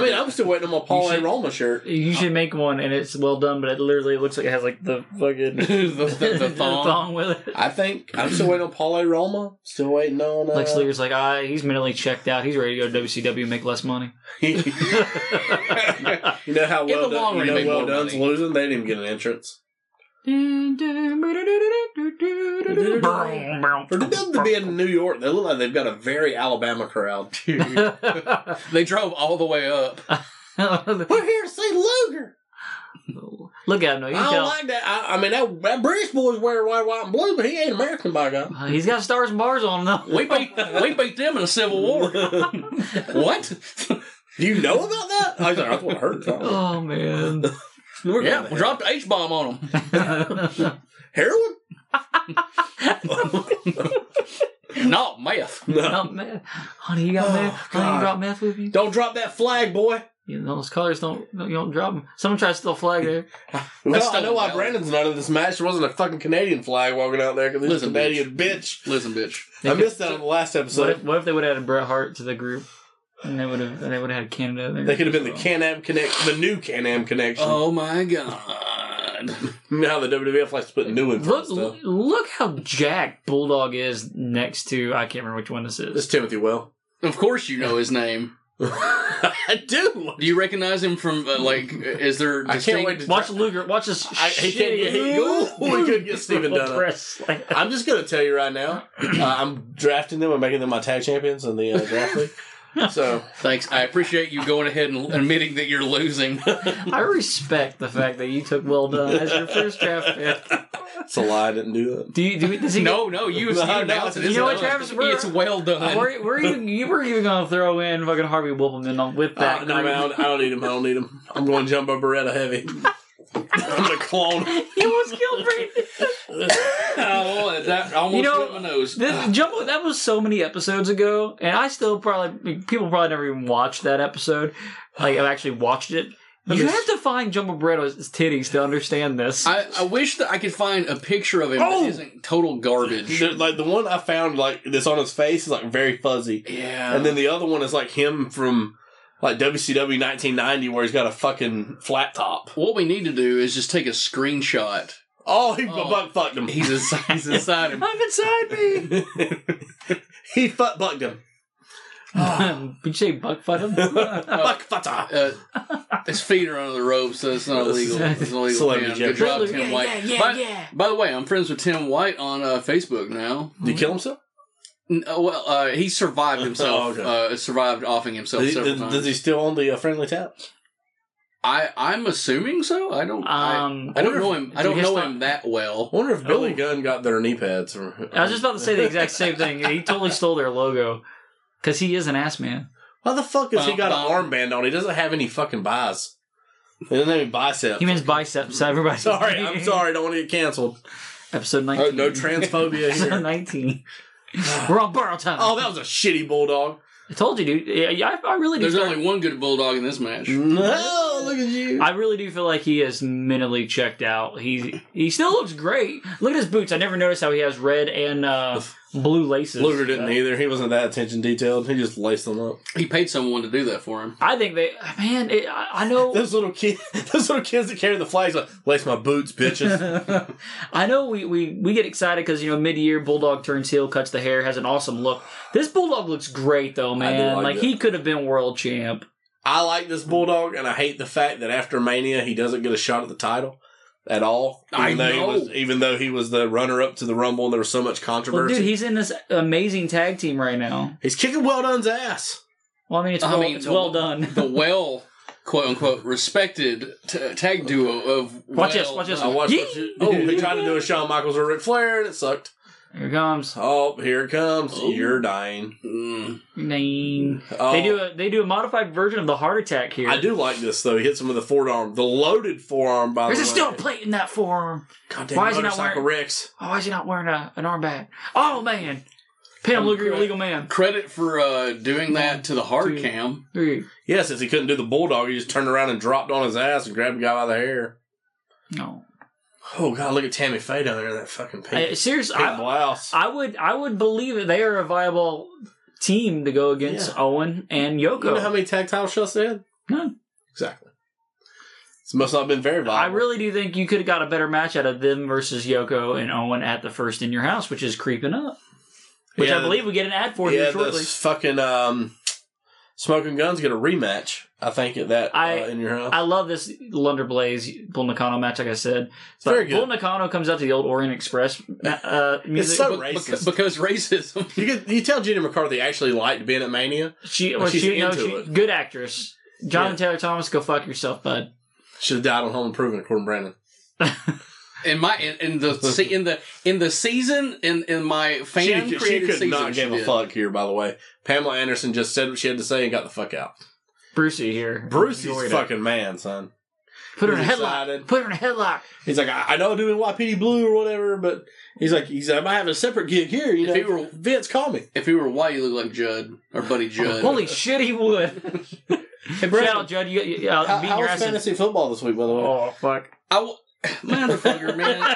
S3: mean, I'm still waiting on my Paul
S1: You
S3: A.
S1: should-
S3: Roma shirt.
S1: you should make one, and it's well done, but it literally looks like it has like the fucking
S2: the, the, the thong.
S1: with it.
S3: I think I'm still waiting on Paul A. Roma. Still waiting on. Uh,
S1: Lex Luger's like, ah, he's mentally checked out. He's ready to go to WCW and make less money.
S3: you know
S2: In
S3: how well
S2: the long
S3: done,
S2: run,
S3: you
S2: make
S3: know well
S2: more
S3: done's
S2: money.
S3: losing. They didn't even get an entrance. For them to be in New York, they look like they've got a very Alabama crowd.
S2: They drove all the way up.
S3: We're here to see Luger.
S1: Look at him. though. You
S3: I
S1: can
S3: don't
S1: tell.
S3: like that. I, I mean, that, that British boy's wearing white, white, and blue, but he ain't American by God.
S1: Uh, he's got stars and bars on him, though.
S2: We beat we beat them in a civil war. what?
S3: Do you know about that? I was like, that's what I heard.
S1: Oh, man.
S3: We're
S2: yeah,
S3: gonna
S2: we dropped the H bomb on them.
S3: heroin.
S2: Not meth.
S3: No.
S1: Not meth. Honey, you got
S3: Oh,
S1: meth? Honey, you
S3: God.
S1: brought meth with you?
S3: Don't drop that flag, boy.
S1: You know, those colors don't, don't- you don't drop them. Someone tried to steal a flag there.
S3: Well,
S2: still
S3: I know why
S2: valid.
S3: Brandon's not in this match. There wasn't a fucking Canadian flag walking out there because it's a
S2: Listen,
S3: Canadian bitch.
S2: Listen, bitch.
S3: I missed that on the last
S1: What
S3: episode.
S1: if, what if they would have added Bret Hart to the group? And they would have they would have had Canada there.
S3: They could have been the Can Am Connect, the new Can Am Connection.
S2: Oh my god. done.
S3: Now the WWF likes to put new in front
S1: Look,
S3: of stuff.
S1: look how jacked Bulldog is next to I can't remember which one this
S3: It's
S1: is.
S3: Timothy Well.
S2: Of course, you know his name.
S3: I do.
S2: Do you recognize him from uh, like? Is there?
S3: I
S2: distinct-
S3: can't wait to
S1: Watch Luger. Watch this.
S3: I- he can't get- he- ooh, he couldn't get Steven Dunn up.
S1: Press. Like,
S3: I'm just gonna tell you right now. Uh, I'm drafting them. I'm making them my tag champions in the uh, draft league. So
S2: Thanks. I appreciate you going ahead and admitting that you're losing.
S1: I respect the fact that you took well done as your first draft pick.
S3: it's a lie. I didn't do it.
S1: Do you? Do we, does he
S2: no, no, you, you
S3: No, no,
S2: announced it.
S3: you
S2: It's
S1: know what,
S2: done.
S1: Travis? We're-
S2: It's well done.
S1: Were, were you? You were even going to throw in fucking Harvey Wolfman on- with that?
S3: Uh, no, man, I
S1: group.
S3: don't, I don't need him. I don't need him. I'm going Jumbo Beretta heavy. I'm gonna clone.
S1: he almost killed Brady.
S2: oh, that almost
S1: You know,
S2: went my nose.
S1: This, Jumbo, that was so many episodes ago, and I still probably people probably never even watched that episode. Like I've actually watched it. You have to find Jumbo Barretto's titties to understand this.
S2: I, I wish that I could find a picture of him
S3: Oh!
S2: that isn't total garbage.
S3: The- like the one I found, like that's on his face, is like very fuzzy,
S2: Yeah.
S3: and then the other one is like him from like WCW 1990, where he's got a fucking flat top.
S2: what we need to do is just take a screenshot.
S3: Oh, he
S2: Oh.
S3: butt fucked him.
S2: He's inside, he's inside him.
S1: I'm inside me.
S3: he fuck bucked him.
S1: Did you say buck fuck him?
S3: Buck fucked
S2: Uh, his feet are under the ropes, so it's not illegal. It's not illegal.
S3: Celebrity
S2: Tim. Good
S3: joke.
S2: job,
S1: Yeah,
S2: Tim White.
S1: yeah, yeah,
S2: by,
S1: yeah.
S2: by the way, I'm friends with Tim White on uh, Facebook now.
S3: Did he
S1: Mm-hmm.
S3: kill himself?
S2: N- uh, well, uh, he survived himself.
S3: Oh,
S2: uh, survived offing himself
S3: Does he,
S2: several
S3: does,
S2: times.
S3: does he still own the uh, friendly tap?
S2: I, I'm assuming so. I don't. I,
S1: Um,
S2: I don't
S1: wonder
S2: know
S1: if-
S2: him. I
S1: do
S2: don't
S1: his
S2: know
S1: stuff-
S2: him that
S3: I
S2: well.
S3: wonder if Billy
S1: Oh.
S3: Gunn got their knee pads. Or,
S1: I was just about to say the exact same thing. He totally stole their logo because he is an ass man.
S3: Why the fuck has he got an
S2: Bum,
S3: armband on? He doesn't have any fucking buys. He doesn't have any biceps.
S1: He means biceps. Everybody.
S3: sorry, I'm sorry. Don't want to get canceled.
S1: Episode
S3: Oh,
S1: nineteen.
S3: no transphobia
S1: Episode
S3: here.
S1: nineteen. We're on borrowed time.
S3: Oh, that was a shitty bulldog.
S1: I told you, dude. Yeah, I, I really do.
S2: There's
S1: start-
S2: only one good bulldog in this match.
S3: No, look at you.
S1: I really do feel like he is mentally checked out. He he still looks great. Look at his boots. I never noticed how he has red and uh, blue laces. Uh,
S3: Luger didn't either. He wasn't that attention detailed. He just laced them up.
S2: He paid someone to do that for him.
S1: I think they. Man, it, I, I know.
S3: Those little kids, those little kids that carry the flags, like lace my boots, bitches.
S1: I know we, we, we get excited because you know mid year Bulldog turns heel, cuts the hair, has an awesome look. This Bulldog looks great though, man.
S3: like
S1: Like,
S3: it.
S1: he could have been world champ.
S3: I like this bulldog, and I hate the fact that after Mania he doesn't get a shot at the title at all.
S2: I
S3: though
S2: know.
S3: He was, even though he was the runner up to the Rumble, and there was so much
S1: Well,
S3: controversy.
S1: dude, he's in this amazing tag team right now.
S3: he's kicking Well Done's ass.
S1: Well, I mean, it's
S2: I
S1: well,
S2: mean,
S1: it's
S2: the-
S1: well done.
S2: The well, quote unquote, respected t- tag duo of
S1: Watch
S2: well,
S1: this, watch this.
S3: I watched.
S1: Yee!
S3: what you- oh, he tried to do a Shawn Michaels or Ric Flair, and it sucked.
S1: Here it comes.
S3: Oh, here it comes.
S2: Oh.
S3: You're dying.
S2: Mm.
S1: Name.
S3: Oh,
S1: They do a they do a modified version of the heart attack here.
S3: I do like this though. He hits him with the forearm, the loaded forearm. By
S1: There's
S3: the
S1: a
S3: way,
S1: steel plate in that forearm.
S3: Goddamn
S1: Why is he not
S3: motorcycle Rex.
S1: Oh, why is he not wearing a, an armband? Oh man, Pam Luger, you're a legal man.
S2: Credit for uh, doing that to the hard
S1: Dude.
S2: cam.
S1: Three.
S3: Yeah, since he couldn't do the bulldog, he just turned around and dropped on his ass and grabbed the guy by the hair.
S1: No,
S3: Oh god, look at Tammy Faye down there in that fucking pink,
S1: I, seriously,
S3: pink
S1: I,
S3: blouse.
S1: I would I would believe that they are a viable team to go against
S3: Yeah.
S1: Owen and Yoko.
S3: you know how many tag title shots they had?
S1: None.
S3: Exactly. This must not have been very
S1: I
S3: violent.
S1: really do think you could have got a better match out of them versus Yoko and Owen at the first in your house, which is creeping up. Which
S3: Yeah,
S1: I believe we get an ad for
S3: yeah,
S1: here shortly.
S3: this fucking um, smoking guns get a rematch. I think at that
S1: I-
S3: uh, in your house.
S1: I love this Lunder Blaze Bull Nakano match, like I said.
S3: it's
S1: But
S3: very good.
S1: Bull Nakano comes out to the old Orient Express uh, music.
S3: so
S2: Be-
S3: Racist.
S2: beca- because racism.
S3: You could, you tell Jenny McCarthy actually liked being at Mania.
S1: She,
S3: But
S1: well,
S3: she's
S1: she, no,
S3: into
S1: she-
S3: it.
S1: good actress. Jonathan
S3: Yeah.
S1: Taylor Thomas, go fuck yourself, bud.
S3: Should have died on Home Improvement, according to Brandon.
S2: In my in, in the se- in the in the season in in my fan
S3: She, she
S2: created
S3: could
S2: season,
S3: not
S2: she
S3: give a
S2: did.
S3: fuck here, by the way. Pamela Anderson just said what she had to say and got the fuck out.
S1: Brucey here.
S3: Brucey's
S1: Enjoyed it.
S3: fucking man, son.
S1: Put her in a
S3: he's
S1: headlock.
S3: excited.
S1: Put her in a headlock.
S3: He's like, I, I know I'm doing YPD Blue or whatever, but he's like, he's like, I might have a separate gig here. You
S2: If
S3: know,
S2: he were-
S3: Vince, call me.
S2: If he were white, you look like Judd or Buddy Judd.
S1: Oh, Holy shit, he would.
S3: Hey,
S1: Shout
S3: Brandon,
S1: out, Judd. You, you, uh,
S3: how,
S1: beat
S3: how
S1: your
S3: was
S1: ass. in-
S3: fantasy football this week, by the way?
S1: Oh, fuck.
S2: I w- motherfucker, man.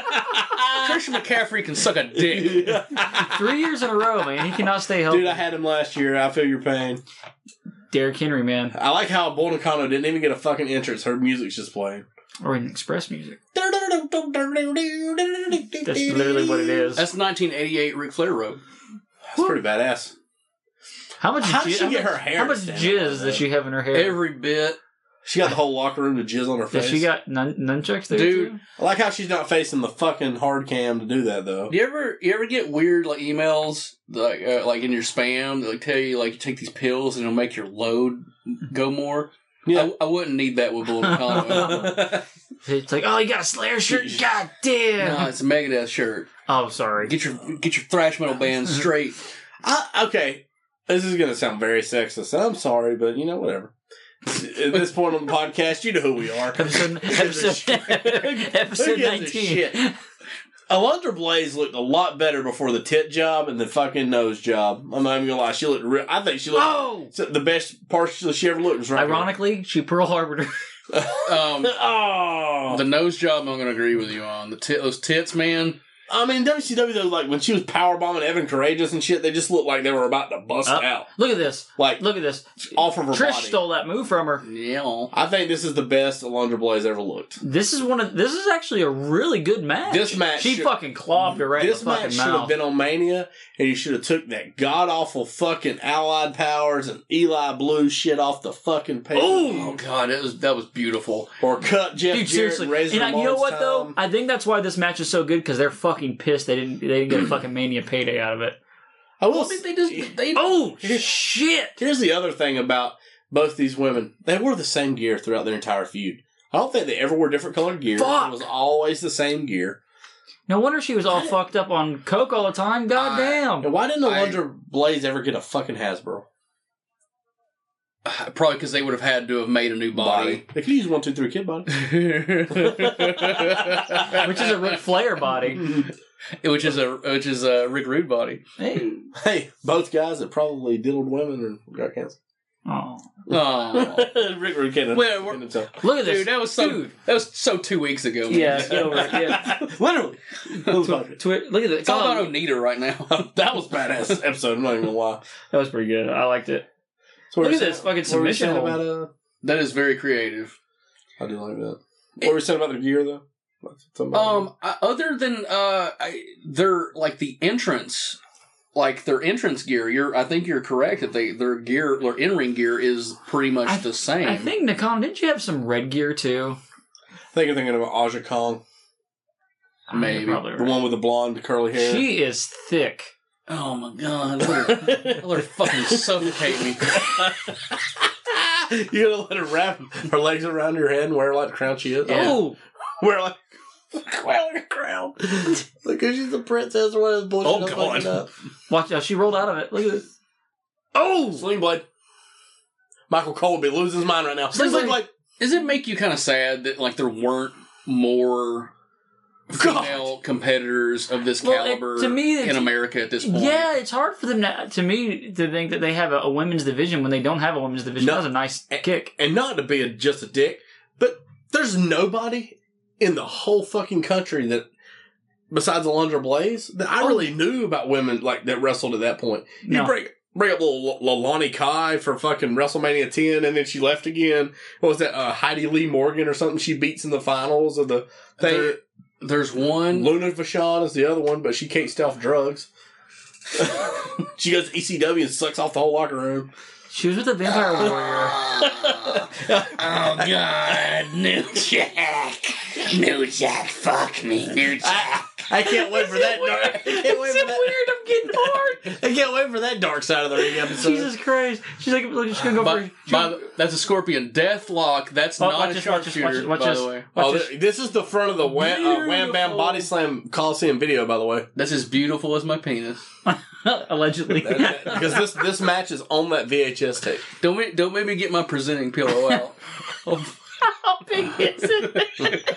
S2: Christian McCaffrey can suck a dick.
S1: Three years in a row, man. He cannot stay healthy.
S3: Dude, I had him last year. I feel your pain.
S1: Derrick Henry, man.
S3: I like how Bolnicano didn't even get a fucking entrance. Her music's just playing.
S1: Orient Express music. That's literally what it is.
S2: That's 1988 Ric Flair rope.
S3: That's pretty badass.
S1: how much?
S3: How did
S1: jizz-
S3: she
S1: how
S3: get
S1: much-
S3: her hair
S1: How much
S3: to stand
S1: jizz
S3: up,
S1: does she have in her hair?
S2: Every bit.
S3: She got the whole locker room to jizz on her
S1: Does
S3: face.
S1: she got nun- nunchucks there?
S2: Dude.
S1: too?
S3: I like how she's not facing the fucking hard cam to do that though.
S2: Do you ever you ever get weird like emails like uh, like in your spam that like tell you like take these pills and it'll make your load go more?
S3: Yeah.
S2: I, I wouldn't need that with Bullet Conway.
S1: It's like, oh, you got a Slayer shirt. God damn.
S2: No, it's a Megadeth shirt.
S1: oh, sorry.
S2: Get your get your thrash metal band straight.
S3: I, okay, this is gonna sound very sexist. I'm sorry, but you know whatever. At this point on the podcast, you know who we are.
S1: episode episode,
S3: Who
S1: episode
S3: gives a
S1: nineteen.
S3: shit? Alundra Blaze looked a lot better before the tit job and the fucking nose job. I'm not even gonna lie, she looked. Real, I think she looked
S1: Oh.
S3: so the best partially she ever looked was right. here.
S1: Ironically, she Pearl Harbored.
S2: Um,
S3: oh,
S2: the nose job, I'm gonna agree with you on the tit, those tits, man.
S3: I mean WCW though, like when she was power bombing Evan Courageous and shit, they just looked like they were about to bust
S1: Uh,
S3: out,
S1: Look at this.
S3: like
S1: Look at this.
S3: off of her
S1: Trish
S3: body.
S1: stole that move from her.
S2: Yeah.
S3: I think this is the best Alundra Blaze ever looked.
S1: This is one of this is actually a really good match.
S3: This match
S1: she
S3: should-
S1: fucking clobbed her right
S3: this
S1: in the
S3: match
S1: fucking
S3: should have
S1: mouth.
S3: been on Mania, and you should have took that god awful fucking Allied Powers and Eli Blue shit off the fucking page,
S2: Oh god, that was that was beautiful.
S3: or cut Jeff
S1: Dude,
S3: Jarrett
S1: seriously.
S3: and Razor
S1: And I, you know
S3: Ramon's
S1: what though?
S3: time.
S1: I think that's why this match is so good because they're fucking pissed they didn't they didn't get a fucking mania payday out of it.
S3: I will.
S2: I mean,
S3: s-
S2: they just they
S1: Oh shit!
S3: Here's the other thing about both these women: they wore the same gear throughout their entire feud. I don't think they ever wore different colored gear.
S1: Fuck.
S3: It was always the same gear.
S1: No wonder she was all fucked up on coke all the time. God
S2: I-
S1: damn.
S3: And why didn't
S2: I-
S3: Alundra Blaze ever get a fucking Hasbro
S2: Uh, probably because they would have had to have made a new body.
S3: They could use one, two, three kid body.
S1: Which is a Ric Flair body.
S2: which is a which is a Rick Rude body.
S1: Hey.
S3: hey, both guys that probably diddled women and got cancer.
S1: Oh.
S2: Oh.
S3: Rick Rude can't
S2: Well, we're-
S3: defend himself.
S1: Look at this.
S2: Dude, that was so
S1: Dude.
S2: that was so two weeks ago. man.
S1: Yeah, get over it. Yeah.
S3: Literally. that
S1: Twi- look at this.
S2: it's all about Onita right now.
S3: was badass episode. I'm not even gonna lie.
S1: that was pretty good. I liked it.
S3: So
S1: Look
S3: we're
S1: at this
S3: saying-
S1: fucking
S3: what were we
S1: submission
S3: saying
S1: hold.
S3: about,
S2: that is very creative.
S3: uh, I do like that. What were we saying about the gear though? Something about
S2: Um, I- other than uh, I, their like the entrance, like their entrance gear. You're, I think you're correct that they their gear, their in ring gear is pretty much
S1: I-
S2: the same.
S1: I think Nikon, didn't you have some red gear too?
S3: I think you're thinking about Aja Kong,
S1: You're
S2: Maybe.
S1: probably
S3: the
S1: right.
S3: one with the blonde curly hair.
S1: She is thick.
S2: Oh my god, let her, let her fucking suffocate me.
S3: you gonna let her wrap her legs around your head and wear like the crown she is?
S2: Yeah.
S1: Oh,
S3: Wear like wear like a crown. Because she's a princess or whatever bullshit.
S2: Oh,
S3: I'm fucking
S2: God.
S3: up.
S1: watch out! She rolled out of it. Look at this.
S3: Sling Blade. Oh! Michael Cole would be losing his mind right now.
S1: Sling
S3: Sling,
S1: Blade.
S3: Blade.
S2: Does it make you kind of sad that like there weren't more
S3: God.
S2: female competitors of this
S1: Well, it-
S2: caliber
S1: to me, it's-
S2: in America at this point?
S1: Yeah, it's hard for them to, to me to think that they have a, a women's division when they don't have a women's division.
S3: No.
S1: That was a nice
S3: Eh.
S1: kick.
S3: And not to be a, just a dick, but there's nobody in the whole fucking country that, besides Alundra Blaze, that I really knew about women like that wrestled at that point. You
S1: No.
S3: bring bring up little Lalani Kai for fucking WrestleMania 10, and then she left again. What was that? Uh, Heidi Lee Morgan or something? She beats in the finals of the thing.
S2: There- there's one.
S3: Luna Vachon is the other one, but she can't stay off drugs. she goes to ECW and sucks off the whole locker room.
S1: She was with the Vampire Warrior.
S2: Oh God, New Jack, New Jack, fuck me, New Jack.
S3: I can't wait for that. Dark, I can't wait for that.
S1: weird? I'm getting hard.
S3: I can't wait for that dark side of the ring episode.
S1: Jesus Christ! She's like, look, she's gonna go
S2: By,
S1: for.
S2: by the, that's a scorpion death lock. That's
S1: Oh,
S2: not
S1: watch
S2: a
S1: this, watch this, watch
S2: sharpshooter,
S1: this, watch
S2: by
S1: this.
S2: the way.
S3: Oh,
S1: Watch
S3: thi- this is the front of the wham, uh, wham Bam
S2: Beautiful.
S3: Body Slam Coliseum video, by the way,
S2: That's as beautiful as my penis.
S1: this. Allegedly.
S3: because this this match is on that VHS tape.
S2: Don't make, don't make me get my presenting pillow out.
S1: How big is it?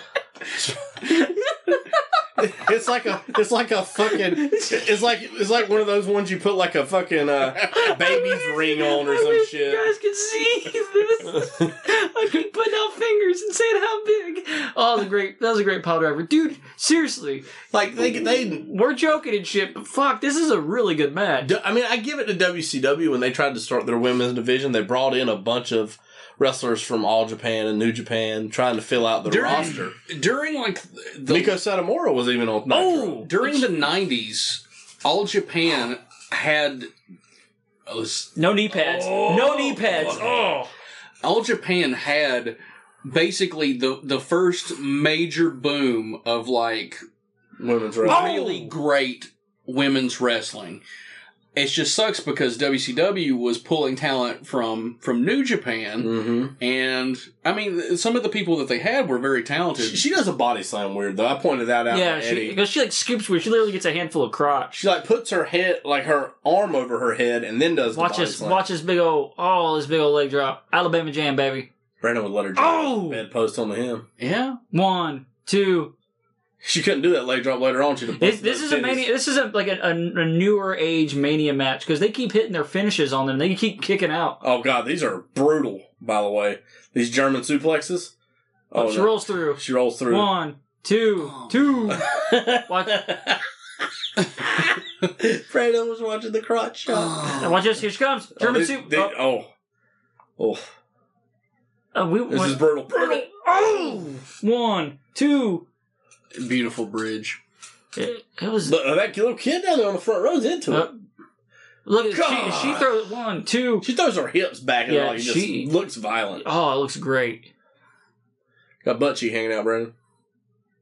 S3: It's like a it's like a fucking it's like it's like one of those ones you put like a fucking uh, baby's ring on or
S1: I
S3: some
S1: wish
S3: shit.
S1: You guys could see this. I keep putting out fingers and saying how big. Oh, the great. That was a great pile driver, dude. Seriously,
S3: Like they they
S1: we're joking and shit, but fuck, this is a really good match.
S3: D- I mean, I give it to WCW when they tried to start their women's division. They brought in a bunch of wrestlers from All Japan and New Japan trying to fill out the
S2: During-
S3: roster.
S2: During like the
S3: Nico Satomura was even on. Nitro.
S2: Oh, during the '90s, all Japan had. oh, this-
S1: No knee pads.
S3: Oh.
S1: no knee pads.
S2: All Japan had basically the the first major boom of like
S3: women's wrestling.
S1: Oh!
S2: really great women's wrestling. It just sucks because WCW was pulling talent from from New Japan,
S3: hmm
S2: and I mean, some of the people that they had were very talented.
S3: She, she does a body slam weird though. I pointed that out.
S1: Yeah,
S3: to
S1: she,
S3: Eddie.
S1: because she like scoops where she literally gets a handful of crotch.
S3: She like puts her head, like her arm over her head, and then does the
S1: watch
S3: body
S1: this,
S3: slam.
S1: watch this big old, oh, this big old leg drop. Alabama Jam, baby.
S3: Brandon would let her
S1: Oh!
S3: jump bed post on him.
S2: yeah,
S1: One, two.
S3: She couldn't do that leg drop later on. She'd have
S1: This,
S3: busted
S1: this
S3: those
S1: is a
S3: titties.
S1: mania. This is a, like a, a, a newer age mania match because they keep hitting their finishes on them. They keep kicking out.
S3: Oh god, these are brutal. By the way, these German suplexes. Oh,
S1: she
S3: no.
S1: rolls through.
S3: She rolls through.
S1: One, two, two. watch,
S3: Fredo was watching the crotch shot.
S1: watch this. Here she comes. Ah. German
S3: this-
S1: soup.
S3: they- oh. oh,
S1: Uh, we,
S3: this
S1: what-
S3: is brutal. Brutal.
S1: Oh! One, two.
S2: beautiful bridge.
S1: It, it was.
S3: Look, uh, that little kid down there on the front row's into it.
S1: Uh, Look, at she,
S3: God.
S1: she throws one, two.
S3: she throws her hips back and
S1: Yeah,
S3: like, just
S1: she-
S3: looks violent.
S1: Oh, it looks great.
S3: Got butt cheek hanging out, Brandon.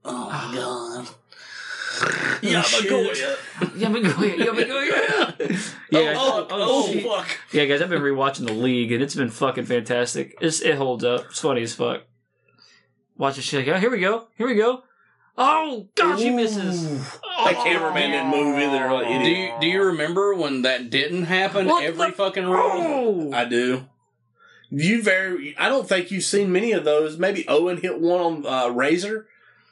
S2: Oh my god.
S3: Yeah,
S2: Oh, shit.
S1: Yeah, but go here. Yeah, but go here. Yeah,
S2: Oh, oh,
S1: oh, shit.
S2: fuck.
S1: yeah, guys, I've been rewatching the league and it's been fucking fantastic. It's, it holds up. It's funny as fuck. Watch this shit. Like, oh, here we go. Here we go. Oh god, she misses. Oh.
S3: That cameraman didn't move either. Like,
S2: Do
S3: idiot.
S2: you, do you remember when that didn't happen
S1: What
S2: every
S1: the-
S2: fucking round?
S1: Oh,
S3: I do. You very. I don't think you've seen many of those. Maybe Owen hit one on uh, Razor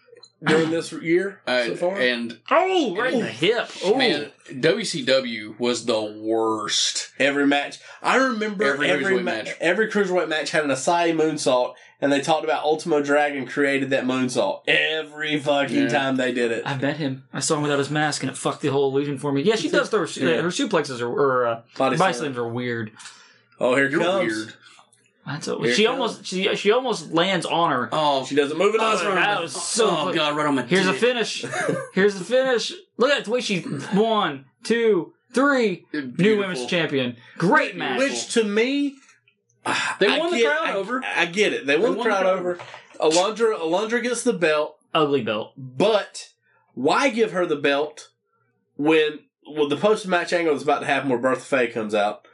S3: during this year so
S2: And,
S3: far.
S2: Uh, and
S1: oh, right in the hip. Oh,
S2: man, WCW was the worst.
S3: Every match, I remember
S2: Every
S3: every
S2: cruiserweight
S3: ma-
S2: match.
S3: every cruiserweight match had an Asai moonsault, and they talked about Ultimo Dragon created that moonsault every fucking
S2: Yeah.
S3: time they did it.
S1: I met him. I saw him without his mask, and it fucked the whole illusion for me. Yeah, she does throw her, her suplexes or, or uh, body
S3: Body slam.
S1: slams are weird.
S3: Oh, here it
S2: You're
S3: comes.
S2: weird.
S1: That's a,
S3: Here
S1: she
S3: it
S1: almost she she almost lands on her.
S2: Oh,
S3: She doesn't move it.
S1: Oh,
S3: does her.
S1: that was so.
S2: oh god, right on my
S1: Here's a
S2: dick.
S1: finish. Here's the finish. Look at the way she one, two, three. New
S2: Beautiful.
S1: women's champion. Great match.
S3: Which to me, ah,
S2: They
S3: I
S2: won the
S3: get-
S2: crowd
S3: I-
S2: over.
S3: I get it. They won
S2: won
S3: the
S2: the
S3: crowd
S2: crowd
S3: over. Alundra, Alundra gets the belt,
S1: Ugly belt.
S3: but why give her the belt when well, the post match angle is about to happen where Bertha Faye comes out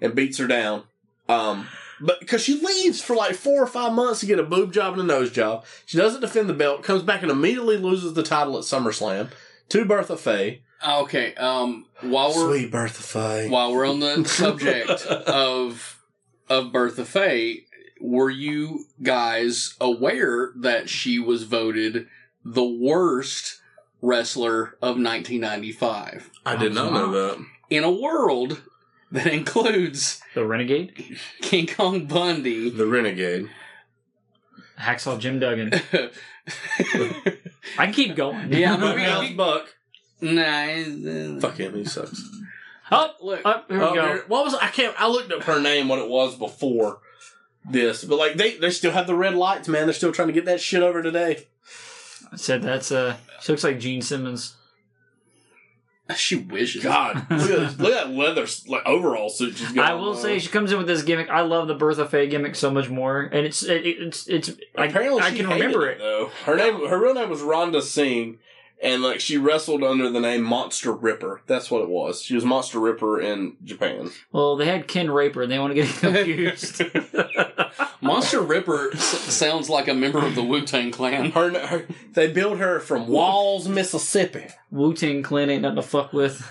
S3: and beats her down? Um, but because she leaves for like four or five months to get a boob job and a nose job, she doesn't defend the belt, comes back and immediately loses the title at SummerSlam to Bertha Faye.
S2: Okay, um while we're
S3: Sweet Bertha Faye.
S2: while we're on the subject of of Bertha Faye, were you guys aware that she was voted the worst wrestler of 1995
S3: I did not know that.
S2: in a world that includes
S1: The Renegade.
S2: King Kong Bundy,
S3: The Renegade.
S1: Hacksaw Jim Duggan. I can keep going.
S2: Yeah,
S3: Movie
S2: moving
S3: House
S2: on.
S3: Buck.
S2: Nah, uh,
S3: Fuck him, he sucks.
S1: Up,
S2: Look,
S1: up. Here we
S3: Oh,
S1: go.
S3: there- What was I can't I looked up her name what it was before this, but like they they still have the red lights, man. They're still trying to get that shit over today.
S1: I said that's uh. She looks like Gene Simmons.
S2: she wishes.
S3: God, look at, this- look at that leather like overall suit she's got.
S1: I will
S3: on.
S1: say she comes in with this gimmick. I love the Bertha Faye gimmick so much more, and it's it, it's it's. I,
S3: apparently
S1: I
S3: she
S1: can
S3: hated
S1: remember it.
S3: though. Her name her real name was Rhonda Singh, and like she wrestled under the name Monster Ripper. That's what it was. She was Monster Ripper in Japan.
S1: Well, they had Ken Raper, and they want to get confused.
S2: Monster Ripper s- sounds like a member of the Wu Tang Clan.
S3: Her, her they built her from Walls, Mississippi.
S1: Wu Tang Clan ain't nothing to fuck with.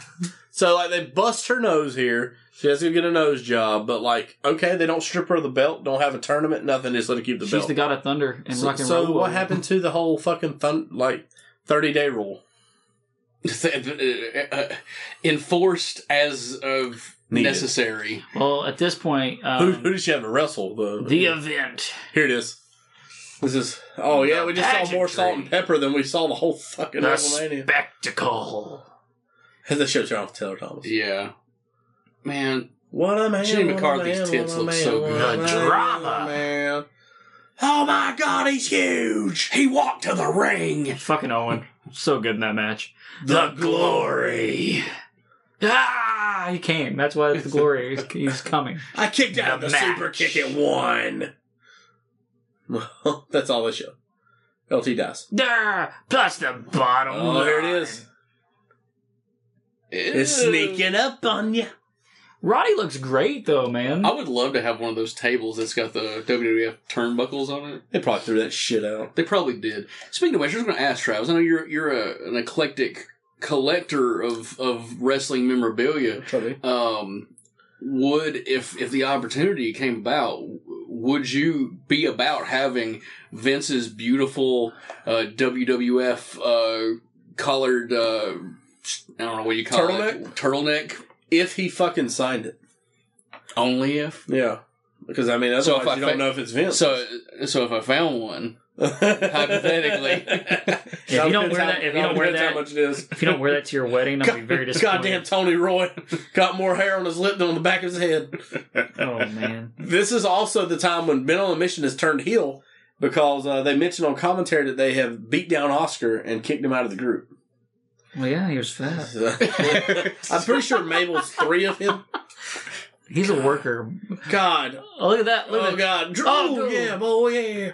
S3: So like they bust her nose here. She has to go get a nose job, but like okay, they don't strip her of the belt, don't have a tournament, nothing. Just let her keep the
S1: She's
S3: belt.
S1: the god of thunder and
S3: so
S1: rock and
S3: so
S1: roll.
S3: what happened to the whole fucking thun- like thirty day rule?
S2: Uh, Enforced as of
S3: Needed.
S2: necessary.
S1: Well, at this point,
S3: who
S1: um,
S3: who did she have to wrestle though?
S1: the uh, event.
S3: here it is. This is oh yeah, we just saw more salt and pepper than we saw the whole fucking
S1: The
S3: WrestleMania.
S1: spectacle.
S3: that show's off Taylor Thomas.
S2: Yeah. Man,
S3: What a man!
S2: Jenny
S3: what a
S2: McCarthy's
S3: man,
S2: tits
S3: what a
S2: look
S3: man,
S2: so
S3: what a
S2: good.
S3: man,
S5: The
S3: what a
S5: drama.
S3: Man.
S5: Oh my God, he's huge. He walked to the ring.
S1: Fucking Owen, so good in that match.
S5: The glory.
S1: Ah, he came. That's why it's the glory. He's, he's coming.
S5: I kicked out
S1: The
S5: the,
S1: match.
S5: super kick at one.
S3: Well, that's all the show. LT dies.
S1: There, plus the bottom.
S3: Oh, here it is.
S2: It's
S3: up on you.
S1: Roddy looks great though, man.
S3: Oh.
S2: I would love to have one of those tables that's got the WWF turnbuckles on it.
S3: They probably threw that shit out.
S2: They probably did. Speaking of which, I was going to ask Travis. I know you're you're a, an eclectic collector of of wrestling memorabilia.
S3: Probably.
S2: Um, would if if the opportunity came about, w- would you be about having Vince's beautiful uh, WWF uh, collared? Uh, I don't know what you call
S3: Turtleneck?
S2: it. Turtleneck.
S3: If he fucking signed it.
S2: Only if.
S3: Yeah. Because I mean, otherwise
S2: So if I
S3: you don't
S2: fa-
S3: know if it's Vince.
S2: So so if I found one, hypothetically.
S1: you
S3: It all
S1: don't
S3: depends
S1: wear
S3: how-
S1: that- if
S3: it
S1: you
S3: all
S1: don't wear
S3: depends
S1: that-
S3: how much it is.
S1: if you don't wear that to your wedding, I'll be very
S3: Goddamn
S1: disappointed.
S3: Tony Roy got more hair on his lip than on the back of his head.
S1: Oh man.
S3: This is also the time when Ben on a Mission has turned heel because uh, they mentioned on commentary that they have beat down Oscar and kicked him out of the group.
S1: Well, yeah, he was fat.
S3: So- I'm pretty sure Mabel's three of him.
S1: He's a worker.
S3: God,
S1: Oh, look at that. Look
S3: oh
S1: at that.
S3: God,
S1: Oh,
S3: oh
S1: dude.
S3: yeah, boy, yeah.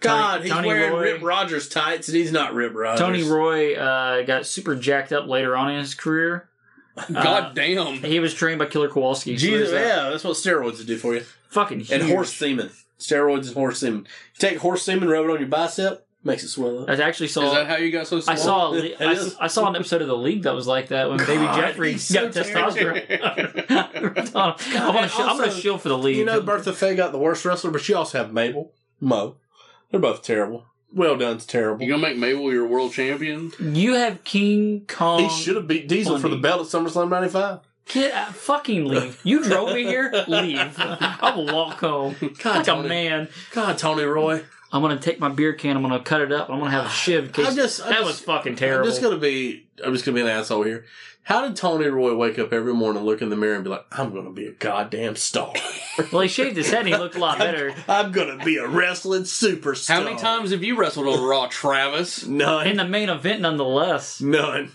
S3: God, he's
S1: Tony
S3: wearing
S1: Roy.
S3: Rip Rogers tights, and he's not Rip Rogers.
S1: Tony Roy uh, got super jacked up later on in his career.
S2: God damn.
S1: He was trained by Killer Kowalski. so there's
S3: Jesus,
S1: that.
S3: yeah, that's what steroids would do for you.
S1: Fucking huge.
S3: And horse semen, steroids and horse semen. You take horse semen, rub it on your bicep, makes it swell up.
S1: I actually saw.
S2: Is that how you got so small?
S1: I saw. a
S3: It
S1: li- I,
S3: is.
S1: I saw an episode of The League that was like that when Baby
S3: God,
S1: Jeffrey
S3: he's so
S1: got testosterone. I'm gonna
S3: and
S1: sh- I'm gonna
S3: also,
S1: shill for the League.
S3: You know, Bertha Faye got the worst wrestler, but she also have Mabel, Mo. They're both terrible. Well done's terrible.
S2: You gonna make Mabel your world champion?
S1: you have King Kong.
S3: He should have beat Diesel for the
S1: Bundy.
S3: belt at SummerSlam '95.
S1: Get out, fucking leave. You drove me here. Leave. I will walk home like a
S3: Tony.
S1: man.
S3: God, Tony Roy.
S1: I'm gonna take my beer can. I'm gonna cut it up. I'm gonna have a shiv. in Case
S3: I'm just- I'm
S1: that
S3: just-
S1: was fucking terrible.
S3: I'm just gonna be. I'm just gonna be an asshole here. How did Tony Roy wake up every morning, look in the mirror, and be like, "I'm gonna be a goddamn star.
S1: well, he shaved his head. and He looked a lot better.
S3: I'm gonna be a wrestling superstar."
S2: How many times have you wrestled on Raw, Travis?
S1: In
S3: None.
S1: the main event, nonetheless.
S3: None.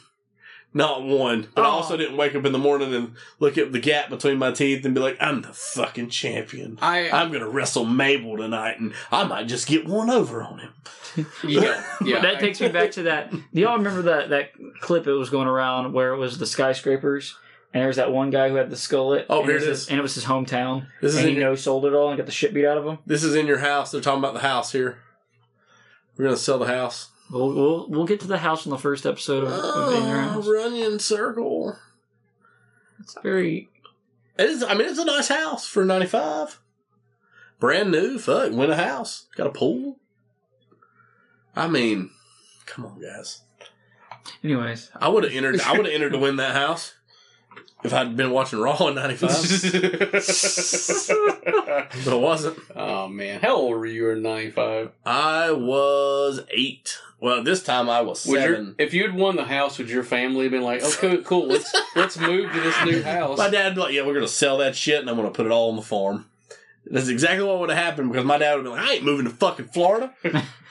S3: Not one. But I also didn't wake up in the morning and look at the gap between my teeth and be like, "I'm the fucking champion."
S2: I-
S3: I'm gonna wrestle Mabel tonight, and I might just get one over on him.
S2: Yeah, yeah.
S1: that takes me back to that. Do y'all remember that that clip it was going around where it was the skyscrapers and there was that one guy who had the skullet?
S3: Oh,
S1: and
S3: here
S1: was
S3: it
S1: his-
S3: is.
S1: and it was his hometown.
S3: This is
S1: and he
S3: in-
S1: no sold it all and got the shit beat out of him.
S3: This is in your house. They're talking about the house here. We're gonna sell the house.
S1: We'll we'll, we'll get to the house in the first episode of,
S3: Oh,
S1: of In Your House.
S3: running in Ah, circle.
S1: It's very
S3: It is. I mean, it's a nice house for ninety five. Brand new. Fuck. Win a house. Got a pool. I mean, come on, guys.
S1: anyways.
S3: I would have entered. I would have entered to win that house if I'd been watching Raw in ninety five, but I wasn't.
S2: oh man, how old were you in '95?
S3: I was eight. Well, this time I was
S2: Would
S3: seven.
S2: your, if you had won the house, would your family have been like, "Okay, cool, let's let's move to this new house"?
S3: My dad would be like, yeah, we're going to sell that shit and I'm going to put it all on the farm. That's exactly what would have happened because my dad would have been like, I ain't moving to fucking Florida.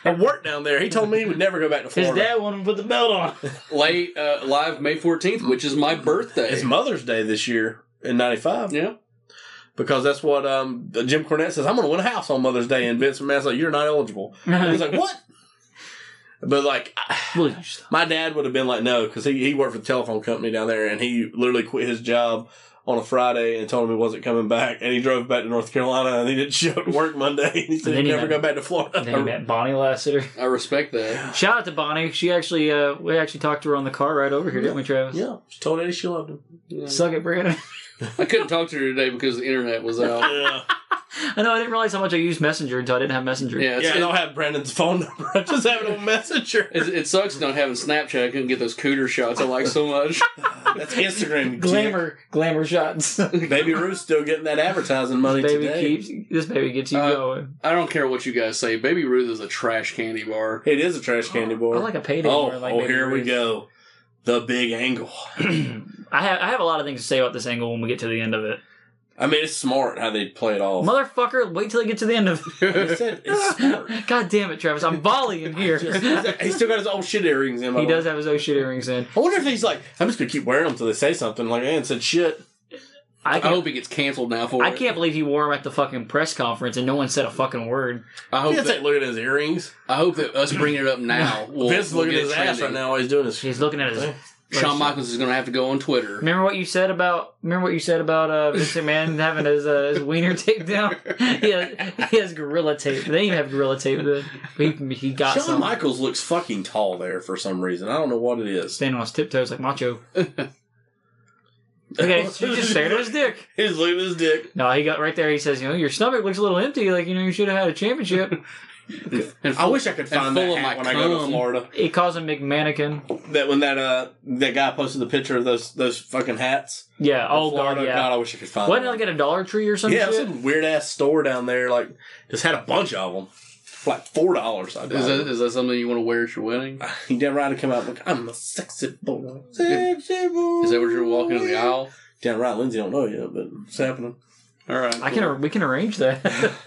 S3: I worked down there. He told me he would never go back to
S1: His
S3: Florida.
S1: dad wanted to put the belt on.
S2: Late uh, live May 14th, which is my birthday.
S3: it's Mother's Day this year in 95
S2: yeah,
S3: because that's what um, Jim Cornette says. I'm going to win a house on Mother's Day. And Vince McMahon's like, you're not eligible. And he's like, what? But like, I-
S1: Well, you just-
S3: my dad would have been like, no, because he, he worked for the telephone company down there and he literally quit his job on a Friday and told him he wasn't coming back. And he drove back to North Carolina and he didn't show up to work Monday. he said
S1: And then he
S3: he'd never
S1: met-
S3: go back to Florida.
S1: Then he met Bonnie Lassiter.
S2: I respect that.
S1: Shout out to Bonnie. She actually, uh, we actually talked to her on the car ride over here, didn't we, Travis?
S3: Yeah, she told Eddie she loved him.
S1: Suck it, Brandon.
S2: I couldn't talk to her today because the internet was out.
S3: Yeah,
S1: I know I didn't realize how much I used Messenger until I didn't have Messenger.
S2: Yeah, it's,
S3: yeah. I don't have Brandon's phone number. I just have it on Messenger.
S2: It, it sucks not having Snapchat. I couldn't get those cooter shots I like so much.
S3: That's Instagram.
S1: Glamour, glamour shots.
S3: Baby Ruth's still getting that advertising money
S1: baby
S3: today.
S1: keeps this baby gets you
S2: Uh,
S1: going.
S2: I don't care what you guys say. Baby Ruth is a trash candy bar.
S3: It is a trash candy bar.
S1: I like a payday.
S3: oh,
S1: more like
S3: oh
S1: Baby
S3: here we
S1: Ruth.
S3: go. The big angle.
S1: I have I have a lot of things to say about this angle when we get to the end of it.
S3: I mean, it's smart how they play it off.
S1: Motherfucker, wait till I get to the end of
S3: I said it's smart.
S1: it. God damn it, Travis. I'm volleying here.
S3: Just- he's- he's still got his old shit earrings in. by
S1: he
S3: the way.
S1: does have his own shit earrings in.
S3: I wonder if he's like, I'm just gonna keep wearing them until they say something. Like, man, said shit.
S1: I
S2: I
S3: Oh,
S1: can't,
S2: hope he gets canceled now for
S1: I
S2: it.
S1: can't believe he wore them at the fucking press conference and no one said a fucking word.
S2: I
S3: Oh,
S2: hope
S3: Vince
S2: that,
S3: ain't looking at his earrings.
S2: I hope that us bringing it up now. will
S3: Vince
S2: will
S3: looking
S2: get
S3: at his
S2: it
S3: ass right
S2: trending.
S3: now. While he's doing this.
S1: He's looking at his.
S2: Shawn Michaels is going to have to go on Twitter.
S1: Remember what you said about remember what you said about uh, Vince McMahon having his uh, his wiener taped down. he, has, he has gorilla tape. They didn't even have gorilla tape. Then but he, he got
S3: Shawn
S1: some
S3: Michaels looks fucking tall there for some reason. I don't know what it is.
S1: standing on his tiptoes like macho. Okay, so you just stared at his dick.
S3: He's looking at his dick.
S1: No, he got right there. He says, you know, your stomach looks a little empty. Like you know, you should have had a championship.
S2: And
S3: I wish I could
S2: full
S3: find that
S2: of my
S3: hat when I go to
S2: cum.
S3: Florida.
S1: He calls him McMannikin.
S3: That when that uh that guy posted the picture of those those fucking hats.
S1: Yeah. Oh
S3: Florida,
S1: god. Yeah.
S3: God, I wish I could find.
S1: Wasn't it
S3: that.
S1: like at a Dollar Tree or some
S3: yeah, it was
S1: shit?
S3: some weird ass store down there. Like, just had a bunch of them, for like four dollars. I
S2: Is
S3: bet.
S2: that, is that something you want to wear at your wedding?
S3: You damn right to come out. Look, I'm a sexy boy. Sexy boy.
S2: Is that what you're walking in the aisle?
S3: Damn right, Lindsay don't know yet, but it's happening.
S2: All right.
S1: I can. We can arrange that.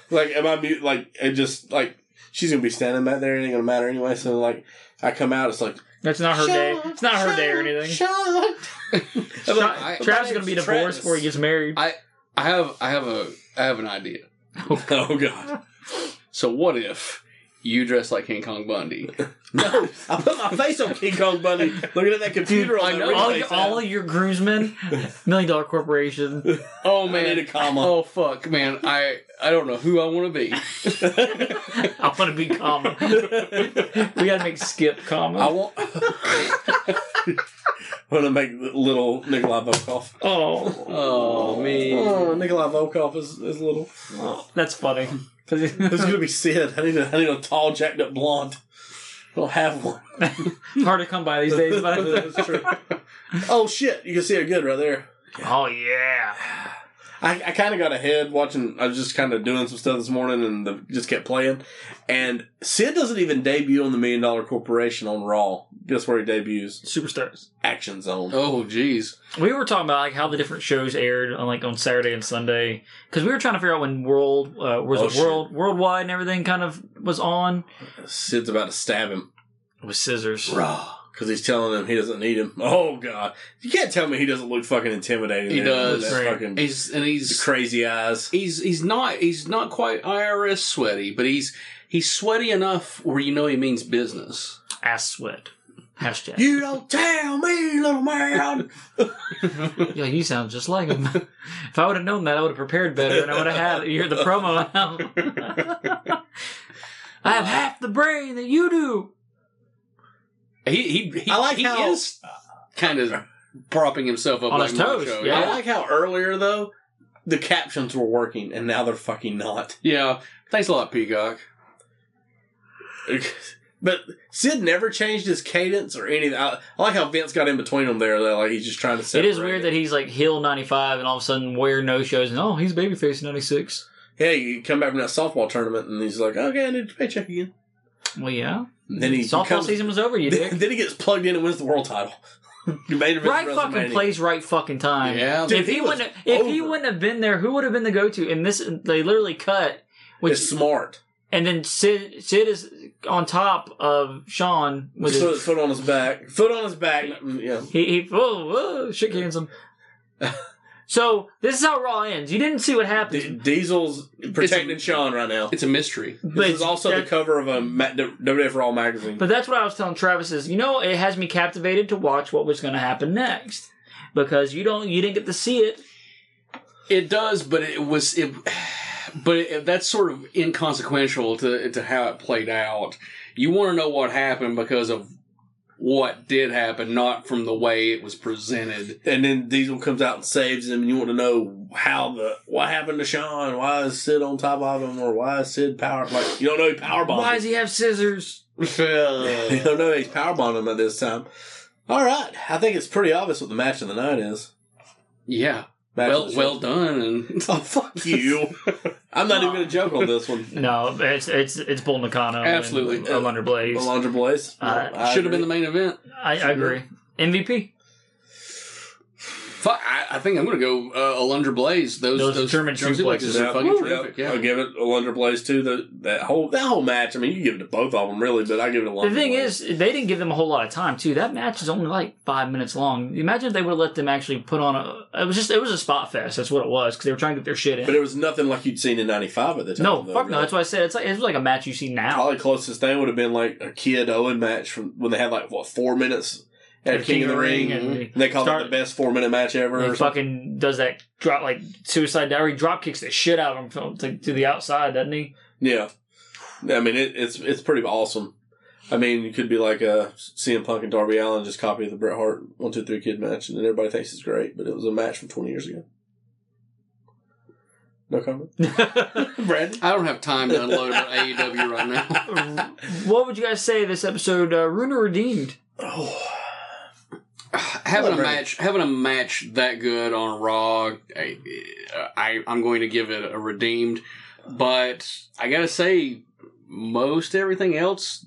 S3: Like, am I mute? Like, it just like she's gonna be standing back there. It ain't gonna matter anyway. So like, I come out. It's like
S1: That's not her day. It's not her day or anything.
S3: Sean.
S1: Tra-
S2: I-
S1: Travis is gonna be
S3: Travis.
S1: divorced before he gets married.
S2: I I have I have a I have an idea.
S3: oh God.
S2: So what if you dress like King Kong Bundy?
S3: No, I put my face on King Kong Bunny. Looking at that computer
S1: Dude,
S3: on
S2: I
S3: that
S2: know.
S1: all,
S3: replay
S1: your, all
S3: sound.
S1: of your groomsmen, million dollar corporation.
S2: Oh
S3: I need a
S2: man.
S3: comma.
S2: Oh fuck, man. I I don't know who I want to be.
S1: I want to be comma. we gotta make Skip comma.
S2: I want
S3: I'm gonna make little Nikolai Volkov.
S1: oh,
S2: Oh man.
S3: Oh, Nikolai Volkov is, is little.
S1: that's funny. 'Cause
S3: This
S1: it's
S3: is gonna be Sid. I need a, I need a tall, jacked up blonde. I don't have one.
S1: hard to come by these days. But
S3: That's true. Oh shit! You can see her good right there.
S1: oh yeah,
S3: I, I kind of got ahead watching. I was just kind of doing some stuff this morning and the, just kept playing. And Sid doesn't even debut on the Million Dollar Corporation on Raw. Guess where he debuts?
S1: superstars.
S3: Action Zone.
S2: Oh jeez.
S1: We were talking about like how the different shows aired on like on Saturday and Sunday because we were trying to figure out when world uh, was
S3: Oh,
S1: it
S3: shit.
S1: world worldwide and everything kind of was on
S3: Sid's about to stab him.
S1: with scissors.
S3: Raw. Because he's telling him he doesn't need him. Oh god! You can't tell me he doesn't look fucking intimidating.
S2: He
S3: there with
S2: does.
S3: that
S1: Right.
S3: fucking-
S2: He's and
S3: the
S2: he's
S3: crazy eyes.
S2: he's he's not he's not quite IRS sweaty, but he's he's sweaty enough where you know he means business.
S1: Ass sweat. Hashtag.
S3: You don't tell me, little man.
S1: Yeah, you sound just like him. if I would have known that, I would have prepared better, and I would have had you're the promo. out. I have half the brain that you do.
S2: He he, he
S3: I like
S2: he
S3: how-
S2: is kind of propping himself up
S1: On
S2: like
S1: his toes,
S2: Macho.
S1: yeah.
S3: I like how earlier though the captions were working, and now they're fucking not.
S2: Yeah. Thanks a lot, Peacock.
S3: But Sid never changed his cadence or anything. I, I like how Vince got in between them there. That like he's just trying to.
S1: It
S3: Separate
S1: is weird that he's like heel ninety five, and all of a sudden wear no shows, and oh, he's babyface ninety six.
S3: yeah, you come back from that softball tournament, and he's like, "Okay, I need to paycheck again."
S1: Well, yeah.
S3: And then he
S1: Softball
S3: becomes-
S1: season was over, you
S3: Then,
S1: dick.
S3: then he gets plugged in and wins the world title. You made him
S1: Right
S3: at
S1: fucking
S3: WrestleMania.
S1: place, right fucking time.
S2: Yeah.
S3: Dude,
S1: if he,
S3: he was
S1: wouldn't, have, if he
S3: over.
S1: wouldn't have been there, who would have been the go to? And this, they literally cut, which
S3: It's smart.
S1: and then Sid, Sid is on top of Sean with
S3: Just put
S1: his,
S3: his foot on his back. Foot on his back. Yeah.
S1: He, he whoa, whoa, shit cans him. so this is how Raw ends. You didn't see what happened.
S3: D- Diesel's protecting Sean right now.
S2: It's a mystery.
S1: but,
S3: This is also the
S1: that-
S3: cover of a ma- the WWF Raw magazine.
S1: but that's what I was telling Travis is, you know, it has me captivated to watch what was gonna happen next. Because you don't you didn't get to see it.
S2: It does, but it was it. But it, that's sort of inconsequential to to how it played out. You want to know what happened because of what did happen, not from the way it was presented.
S3: and then Diesel comes out and saves him, and you want to know how the what happened to Sean? Why is Sid on top of him, or why is Sid power? Like you don't know he powerbombed.
S1: Why
S3: Why
S1: does he have scissors?
S3: you don't know he's powerbombed him at this time. All right, I think it's pretty obvious what the match of the night is.
S2: Yeah,
S3: Match of
S2: well,
S3: the show.
S2: well done, and
S3: Oh fuck you! I'm not even gonna joke on this one.
S1: No, it's it's it's Bull Nakano.
S2: Absolutely.
S1: and Alundra Blaze.
S3: Alondra Blaze
S1: Uh,
S2: should have been the main event.
S1: I, I agree. MVP.
S2: Fuck, I, I think I'm gonna go uh, Alundra Blaze. Those
S1: Those
S2: those,
S1: German suplexes
S2: are
S1: out.
S2: fucking
S3: Woo.
S2: terrific.
S3: Yep.
S2: Yeah.
S3: I'll give it a Lunder Blaze too. The, that whole that whole match. I mean, you can give it to both of them really, but I give it a Lunder
S1: The thing
S3: Blaze.
S1: is, they didn't give them a whole lot of time too. That match is only like five minutes long. Imagine if they would have let them actually put on a. It was just it was a spot fest. That's what it was because they were trying to get their shit in.
S3: but it was nothing like you'd seen in '95 at the time.
S1: no,
S3: though,
S1: fuck no.
S3: really.
S1: That's why I said it's like it was like a match you see now.
S3: Probably closest thing would have been like a Kid Owen match from when they had like what four minutes at
S1: At
S3: King, of the Ring,
S1: and
S3: and they called
S1: start-
S3: it the best four minute match ever.
S1: And
S3: Or
S1: he
S3: something.
S1: fucking does that drop like suicide diary drop kicks the shit out of him from, to, to the outside, doesn't he?
S3: Yeah, I mean it, it's it's pretty awesome. I mean, you could be like uh, CM Punk and Darby Allen just copy the Bret Hart one two three kid match, and then everybody thinks it's great, but it was a match from twenty years ago. No comment, Brandon.
S2: I don't have time to unload about AEW right now.
S1: what would you guys say this episode? Uh, Runa redeemed.
S3: Oh,
S2: having a
S3: Right.
S2: match having a match that good on Raw, I, I I'm going to give it a redeemed, but I gotta say most everything else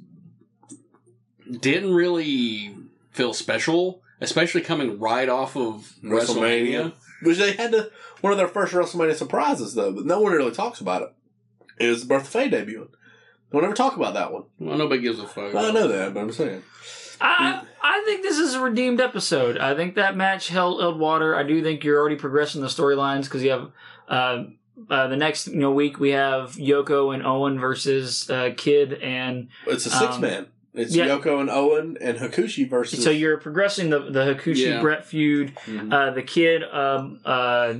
S2: didn't really feel special, especially coming right off of WrestleMania.
S3: WrestleMania. Which they had to, one of their first WrestleMania surprises, though, but no one really talks about it, is Birth of Faye debuting. Don't ever talk about that one.
S2: Well, nobody gives a fuck.
S3: I know that, but I'm saying.
S1: I I think this is a redeemed episode. I think that match held, held water. I do think you're already progressing the storylines because you have uh, uh, the next you know week we have Yoko and Owen versus uh, Kid, and
S3: It's a six
S1: Um,
S3: man. It's
S1: yeah.
S3: Yoko and Owen and Hakushi versus.
S1: so you're progressing the the Hakushi
S2: Yeah.
S1: Brett feud.
S3: Mhm.
S1: Uh, the Kid, um, uh,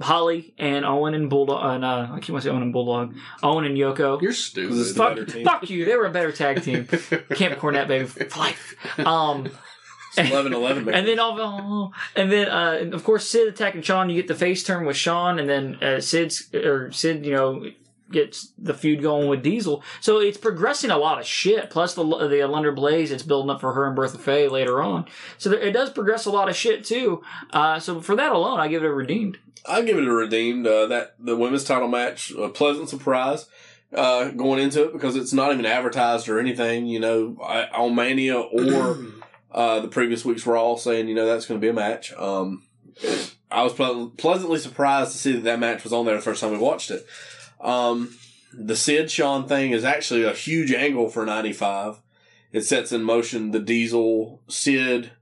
S1: Holly, and Owen and Bulldog. And, uh, I keep wanting to say Owen and Bulldog. Owen and Yoko.
S2: You're
S3: This is
S2: stupid.
S3: the
S1: fuck,
S3: better team.
S1: fuck you. They were a better tag team. Camp Cornette, baby, for life. Um,
S3: 11 11.
S1: and then all, oh, and then uh, and of course Sid attacking Sean. You get the face turn with Sean, and then uh, Sid's or Sid, you know, gets the feud going with Diesel. So it's progressing a lot of shit. Plus the the Lunder Blaze, it's building up for her and Bertha Faye later on. So there, it does progress a lot of shit too. Uh, so for that alone, I give it a redeemed.
S3: I'll give it a redeemed. Uh, that the women's title match, a pleasant surprise uh, going into it because it's not even advertised or anything. You know, I, on Mania or uh, the previous week's Raw, saying you know that's going to be a match. Um, I was ple- pleasantly surprised to see that that match was on there the first time we watched it. Um, the Sid Sean thing is actually a huge angle for '95. It sets in motion the Diesel Sid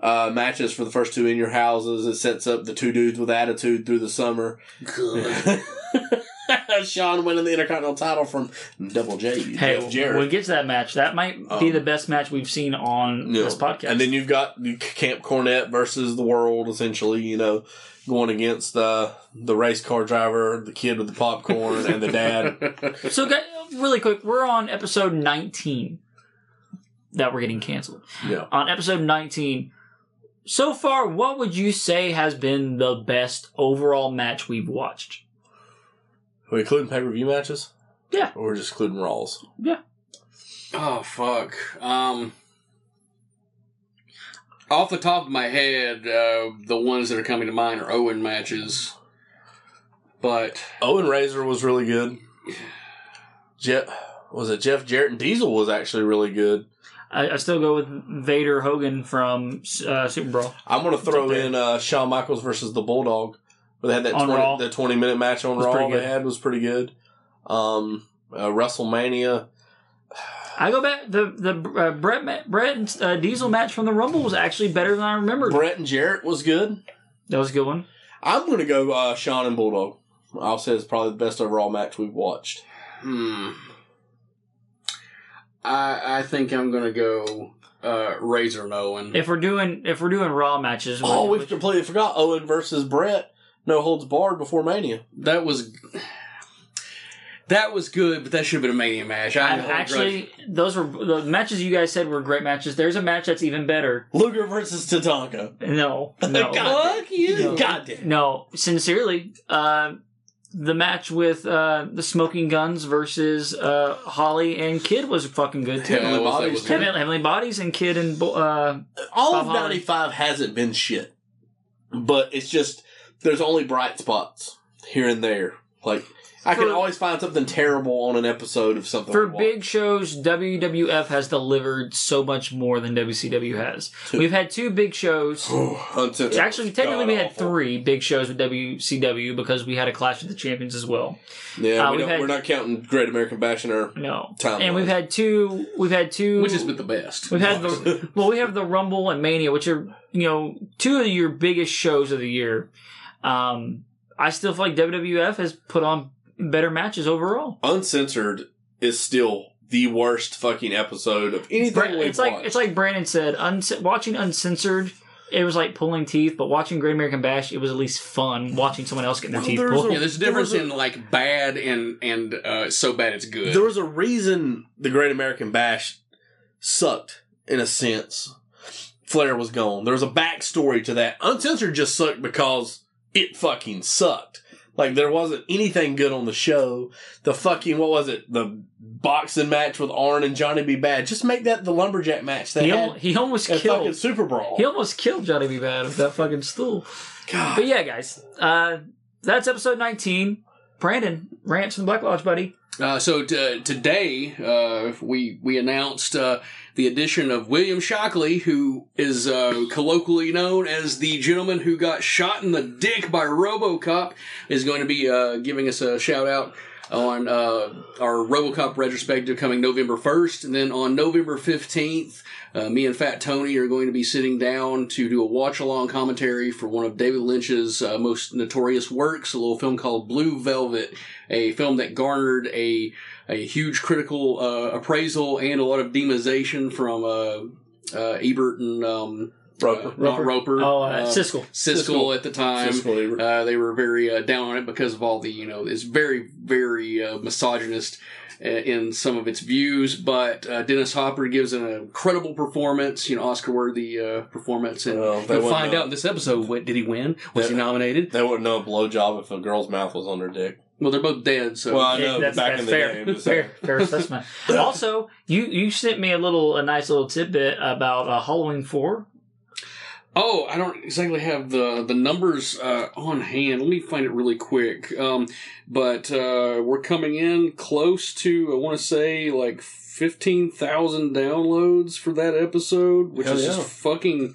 S3: uh, matches for the first two in your houses. It sets up the two dudes with attitude through the summer. Sean winning the Intercontinental title from Double J.
S1: Hey,
S3: Jeff
S1: when we get to that match, that might be
S3: Um,
S1: the best match we've seen on
S3: No.
S1: this podcast.
S3: And then you've got the Camp Cornette versus the world, essentially, you know, going against uh, the race car driver, the kid with the popcorn, and the dad.
S1: So, gu- really quick, we're on episode 19 that we're getting canceled.
S3: Yeah.
S1: On episode 19, so far, what would you say has been the best overall match we've watched?
S3: Are we including pay per view matches?
S1: Yeah.
S3: Or we're just including Raws?
S2: Oh fuck. Um off the top of my head, uh, the ones that are coming to mind are Owen matches. But
S3: Owen Razor was really good. Jeff, was it Jeff Jarrett and Diesel was actually really good.
S1: I, I still go with Vader Hogan from uh, Super Brawl.
S3: I'm going to throw
S1: Okay.
S3: in uh, Shawn Michaels versus the Bulldog. Where they had that
S1: On Raw.
S3: 20, the 20 minute match on
S1: Was
S3: Raw
S1: pretty
S3: they
S1: good.
S3: had was pretty good. Um, uh, WrestleMania.
S1: I go back, the, the uh, Brett, ma- Brett and uh, Diesel match from the Rumble was actually better than I remembered.
S3: Brett and Jarrett was good.
S1: that was a good one.
S3: I'm going to go uh, Sean and Bulldog. I'll say it's probably the best overall match we've watched.
S2: hmm. I I think I'm gonna go uh Razor and Owen.
S1: If we're doing if we're doing Raw matches,
S3: Oh,
S1: we're-
S3: we've completely forgot Owen versus Brett. No holds barred before Mania.
S2: that was that was good, but that should have been a mania match. I
S1: I'm actually those were the matches you guys said were great matches. There's a match that's even better.
S3: Luger versus Tatanka.
S1: No, no,
S3: Fuck you. Goddamn.
S1: no. Sincerely, uh, the match with uh, the Smoking Guns versus uh, Holly and Kid was fucking good too.
S2: Yeah,
S3: Heavenly
S2: that was- that
S3: Bodies.
S2: was good.
S1: Heavenly, Heavenly Bodies and Kid and Bo- uh,
S3: All
S1: Bob
S3: of
S1: Holly.
S3: 95 hasn't been shit. But it's just, there's only bright spots here and there. Like, I can
S1: For-
S3: always find something terrible on an episode of something.
S1: For
S3: we watch.
S1: big shows, WWF has delivered so much more than WCW has. We've had two big shows.
S3: Uncensored.
S1: Actually, technically, we had
S3: God-awful.
S1: three big shows with WCW because we had a Clash of the Champions as well.
S3: Yeah,
S1: uh,
S3: we
S1: we've
S3: don't,
S1: had-
S3: we're not counting Great American Bashing or
S1: No,
S3: Timeline.
S1: and we've had two. We've had two.
S2: which has been the best.
S1: We've had the well, we have the Rumble and Mania, which are you know two of your biggest shows of the year. Um, I still feel like WWF has put on better matches overall.
S3: Uncensored is still the worst fucking episode of anything
S1: Bra-
S3: we've
S1: it's like
S3: watched.
S1: it's like Brandon said, unc- watching uncensored. It was like pulling teeth, but watching Great American Bash, it was at least fun watching someone else get their
S3: Well,
S1: teeth
S3: there's
S1: pulled.
S2: Yeah, there's a
S3: There
S2: difference
S3: was a-
S2: in like bad and and uh, so bad it's good.
S3: there was a reason the Great American Bash sucked in a sense. Flair was gone. There was a backstory to that. Uncensored just sucked because it fucking sucked. Like there wasn't anything good on the show. The fucking what was it? The boxing match with Arn and Johnny B. Bad. Just make that the lumberjack match. They
S1: He, al-
S3: had
S1: he almost
S3: at fucking
S1: killed.
S3: Super Brawl.
S1: He almost killed Johnny B. Bad with that fucking stool.
S3: God.
S1: But yeah, guys, uh, that's episode 19. Brandon, rants from the Black Lodge, buddy.
S2: Uh, so t- today uh, we we announced uh, the addition of William Shockley, who is uh, colloquially known as the gentleman who got shot in the dick by RoboCop, is going to be uh, giving us a shout out on uh, our RoboCop retrospective coming November first, and then on November fifteenth. Uh, me and Fat Tony are going to be sitting down to do a watch along commentary for one of David Lynch's uh, most notorious works, a little film called Blue Velvet, a film that garnered a a huge critical uh, appraisal and a lot of demonization from uh, uh, Ebert and um,
S3: Roper.
S2: uh, not Roper,
S1: Oh,
S3: Um,
S1: uh, Siskel.
S2: Siskel,
S3: Siskel.
S2: at the time.
S3: Siskel, Ebert.
S2: Uh, they were very uh, down on it because of all the, you know, it's very, very uh, misogynist uh, in some of its views. But uh, Dennis Hopper gives an incredible performance, you know, Oscar worthy uh, performance. And
S3: Well, they
S2: we'll
S3: wouldn't
S2: find
S3: know.
S2: out in this episode what, did he win? Was he
S3: Yeah.
S2: nominated?
S3: They wouldn't know a blowjob if a girl's mouth was on their dick.
S2: Well, they're both dead, so.
S3: Well, I
S1: Yeah,
S3: know
S1: that's-
S3: back
S1: that's
S3: in the
S1: fair.
S3: day. uh, I'm just saying.
S1: Fair, fair assessment. also, you you sent me a little, a nice little tidbit about uh, Halloween Four.
S2: Oh, I don't exactly have the the numbers uh, on hand. Let me find it really quick. Um, but uh, we're coming in close to I want to say like fifteen thousand downloads for that episode, which
S3: Hell
S2: is
S3: yeah.
S2: just fucking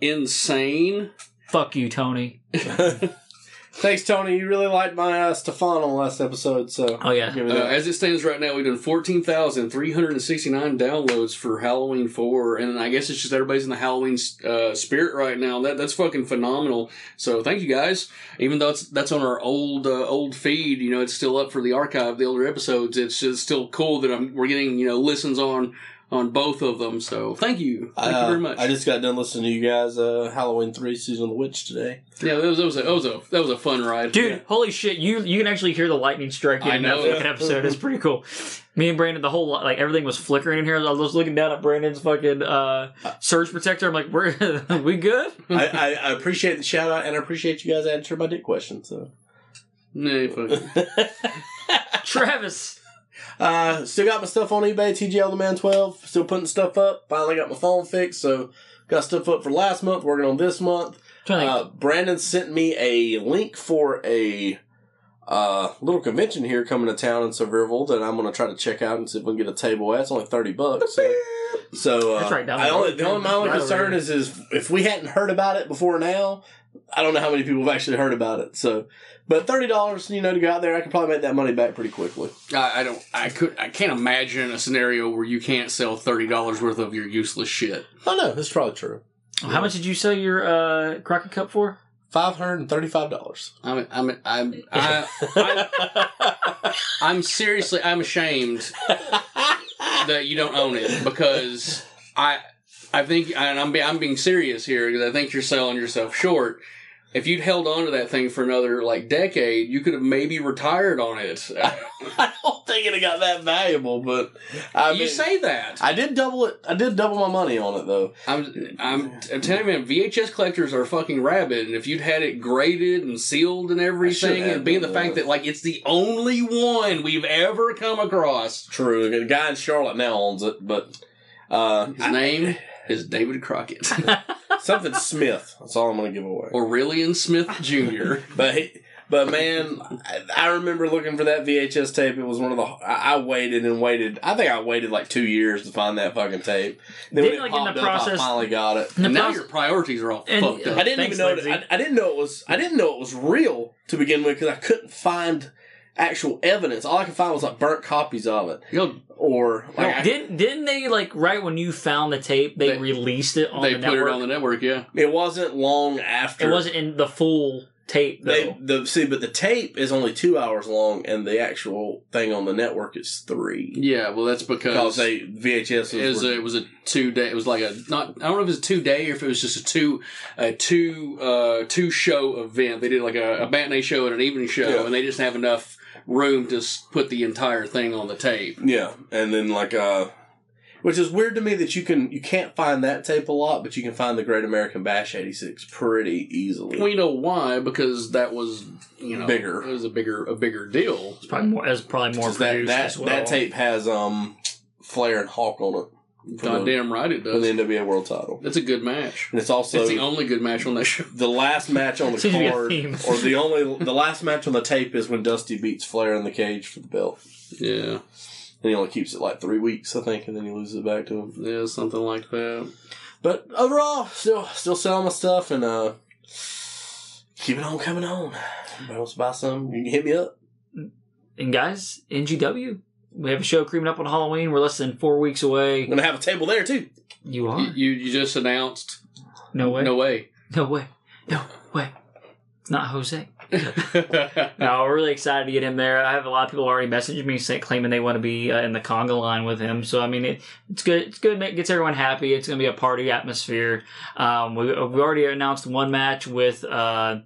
S2: insane.
S1: Fuck you, Tony.
S3: Thanks, Tony. You really liked my uh, Stefano last episode, so
S1: Oh, yeah.
S3: give me
S2: Uh,
S3: that.
S2: as it stands right now, we've done fourteen thousand three hundred and sixty nine downloads for Halloween Four, and I guess it's just everybody's in the Halloween uh, spirit right now. That that's fucking phenomenal. So thank you guys. Even though it's, that's on our old uh, old feed, you know, it's still up for the archive, the older episodes. It's just still cool that I'm we're getting you know listens on on both of them. So thank you, thank
S3: Uh,
S2: you very much.
S3: I just got done listening to you guys uh, Halloween three season of the witch today.
S2: yeah, that was that was a that was a, that was a fun ride,
S1: Dude, holy shit! You you can actually hear the lightning strike
S2: I
S1: in that
S2: know.
S1: fucking episode. It's pretty cool. Me and Brandon, the whole li- like everything was flickering in here. I was looking down at Brandon's fucking uh, surge protector. I'm like, we're we good?
S3: I, I, I appreciate the shout out and I appreciate you guys answering my dick question. So
S2: Nah, fuck.
S1: Travis,
S3: uh, still got my stuff on eBay, TGL the man twelve. Still putting stuff up. Finally got my phone fixed, so got stuff up for last month. Working on this month.
S1: trying to think.
S3: Uh, Brandon sent me a link for a uh, little convention here coming to town in Sevierville that I'm going to try to check out and see if we can get a table at. It's only thirty bucks. So, so, uh,
S1: That's right down
S3: I
S1: the
S3: only,
S1: road.
S3: the only my only
S1: Right
S3: concern
S1: over
S3: is is if we hadn't heard about it before now, I don't know how many people have actually heard about it. So, but thirty dollars, you know, to go out there, I could probably make that money back pretty quickly.
S2: I, I don't. I could. I can't imagine a scenario where you can't sell thirty dollars worth of your useless shit.
S3: I know that's probably true.
S1: how much did you sell your uh, Crockett cup for?
S3: Five hundred and thirty-five dollars.
S2: I'm. I'm. I'm. I, I, I'm seriously. I'm ashamed that you don't own it because I. I think, and I'm. be- I'm being serious here because I think you're selling yourself short. If you'd held on to that thing for another like decade, you could have maybe retired on it.
S3: I don't think it got that valuable, but I
S2: you
S3: mean-
S2: say that.
S3: I did double it. I did double my money on it though.
S2: I'm, I'm, I'm telling you, man, VHS collectors are fucking rabid, and if you'd had it graded and sealed and everything,
S3: had
S2: and being the
S3: one of
S2: fact
S3: those.
S2: that like it's the only one we've ever come across,
S3: True. The guy in Charlotte now owns it, but uh,
S2: his name is David Crockett,
S3: something Smith. That's all I'm going to give away.
S2: Aurelian Smith Jr.
S3: But he, But man, I, I remember looking for that VHS tape. It was one of the. I, I waited and waited. I think I waited like two years to find that fucking tape. Then when
S1: Didn't,
S3: it
S1: like, in
S3: popped
S1: the
S3: up,
S1: process-
S3: I finally got it.
S1: the
S2: And now
S1: process-
S2: your priorities are all
S1: And-
S2: fucked
S1: uh,
S2: up.
S3: I didn't
S1: Thanks,
S3: even know. It,
S1: Lindsay.
S3: I, I didn't know it was. I didn't know it was real to begin with because I couldn't find actual evidence. All I could find was like burnt copies of it,
S2: You know,
S3: or like I-
S1: Didn't didn't they like right when you found the tape they,
S2: They-
S1: released it on
S2: they
S1: the
S2: put
S1: network?
S2: it on the network. Yeah,
S3: it wasn't long after.
S1: It wasn't in the full tape though.
S3: They, the see, but the tape is only two hours long, and the actual thing on the network is three
S2: yeah. Well, that's because
S3: because they VHS
S2: it was
S3: was.
S2: a, it was a two day. It was like a not. I don't know if it was a two day or if it was just a two a two uh two show event. They did like a, a matinee show and an evening show,
S3: Yeah.
S2: and they just have enough room to s- put the entire thing on the tape.
S3: yeah, and then like uh, which is weird to me that you can you can't find that tape a lot, but you can find the Great American Bash '86 pretty easily.
S2: We know why because that was you know
S3: Bigger.
S2: It was a bigger a bigger deal.
S1: It's probably more. It's probably more
S3: 'Cause that
S1: produced
S3: that,
S1: as well.
S3: that tape has um Flair and Hawk on it
S2: Goddamn right it
S3: for
S2: does.
S3: the NWA World Title,
S2: That's a good match.
S3: and it's also
S2: it's the only good match on that show.
S3: the last match on the
S1: Seems to be a
S3: card,
S1: theme.
S3: or the only the last match on the tape is when Dusty beats Flair in the cage for the belt.
S2: Yeah,
S3: And he only keeps it like three weeks, I think, and then he loses it back to him.
S2: yeah, something like that.
S3: But overall, still still selling my stuff and uh keep it on coming on. Anybody wants to buy some? You can hit me up.
S1: and guys, NGW. We have a show creaming up on Halloween. We're less than four weeks
S3: I'm
S1: away.
S3: gonna have a table there too.
S1: You
S2: You,
S1: are
S2: you you just announced
S1: no way,
S2: no way.
S1: no way, no way. It's not Jose. No, we're really excited to get him there. I have a lot of people already messaging me saying, claiming they want to be uh, in the conga line with him. So I mean, it, it's good. It's good. It gets everyone happy. It's going to be a party atmosphere. Um, we we already announced one match with uh,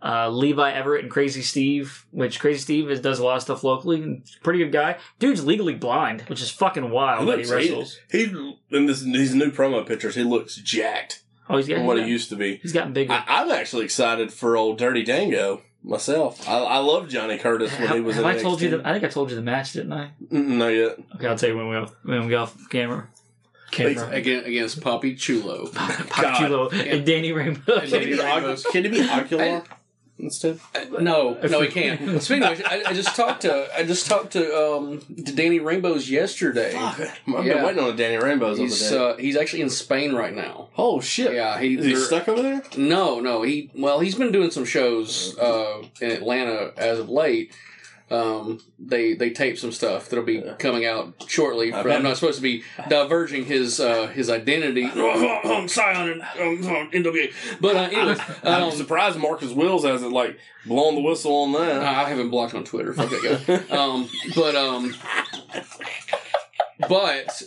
S1: uh, Levi Everett and Crazy Steve, which Crazy Steve is, does a lot of stuff locally. and he's a Pretty good guy. Dude's legally blind, which is fucking wild. that he wrestles.
S3: He, in this these new promo pictures, he looks jacked
S1: Oh, he's
S3: from
S1: got
S3: what
S1: he's,
S3: he
S1: got,
S3: used Ah, to be.
S1: he's gotten bigger.
S3: I, I'm actually excited for old Dirty Dango myself. I, I love Johnny Curtis when
S1: Have-
S3: he was
S1: have
S3: in
S1: I told you?
S3: NXT.
S1: The, I think I told you the match, didn't I?
S3: Mm, No, yet.
S1: Okay, I'll tell you when we off, when we off camera. Camera.
S2: Again, against Poppy Chulo.
S1: Pachulo and Danny Rainbow.
S2: And
S3: Can he
S2: Danny
S3: be,
S2: Rainbows.
S3: oc- can he be ocular instead?
S2: No, no, he can't. Speaking of which, I, I just talked to I just talked to um to Danny Rainbows yesterday.
S3: Fuck, I've been
S2: Yeah.
S3: waiting on a Danny Rainbows over
S2: He's
S3: there.
S2: uh, he's actually in Spain right now.
S3: oh shit!
S2: Yeah, he,
S3: Is he
S2: they're-
S3: stuck over there?
S2: No, no. He well, he's been doing some shows uh, in Atlanta as of late. Um, they they taped some stuff that'll be coming out shortly.
S3: I
S2: But
S3: bet.
S2: I'm not supposed to be diverging his uh, his identity. Scion and um, NWA. But uh, anyways,
S3: I'm
S2: um,
S3: surprised Marcus Wills hasn't like blown the whistle on that.
S2: I I haven't blocked on Twitter. Fuck that guy. Um, but um, but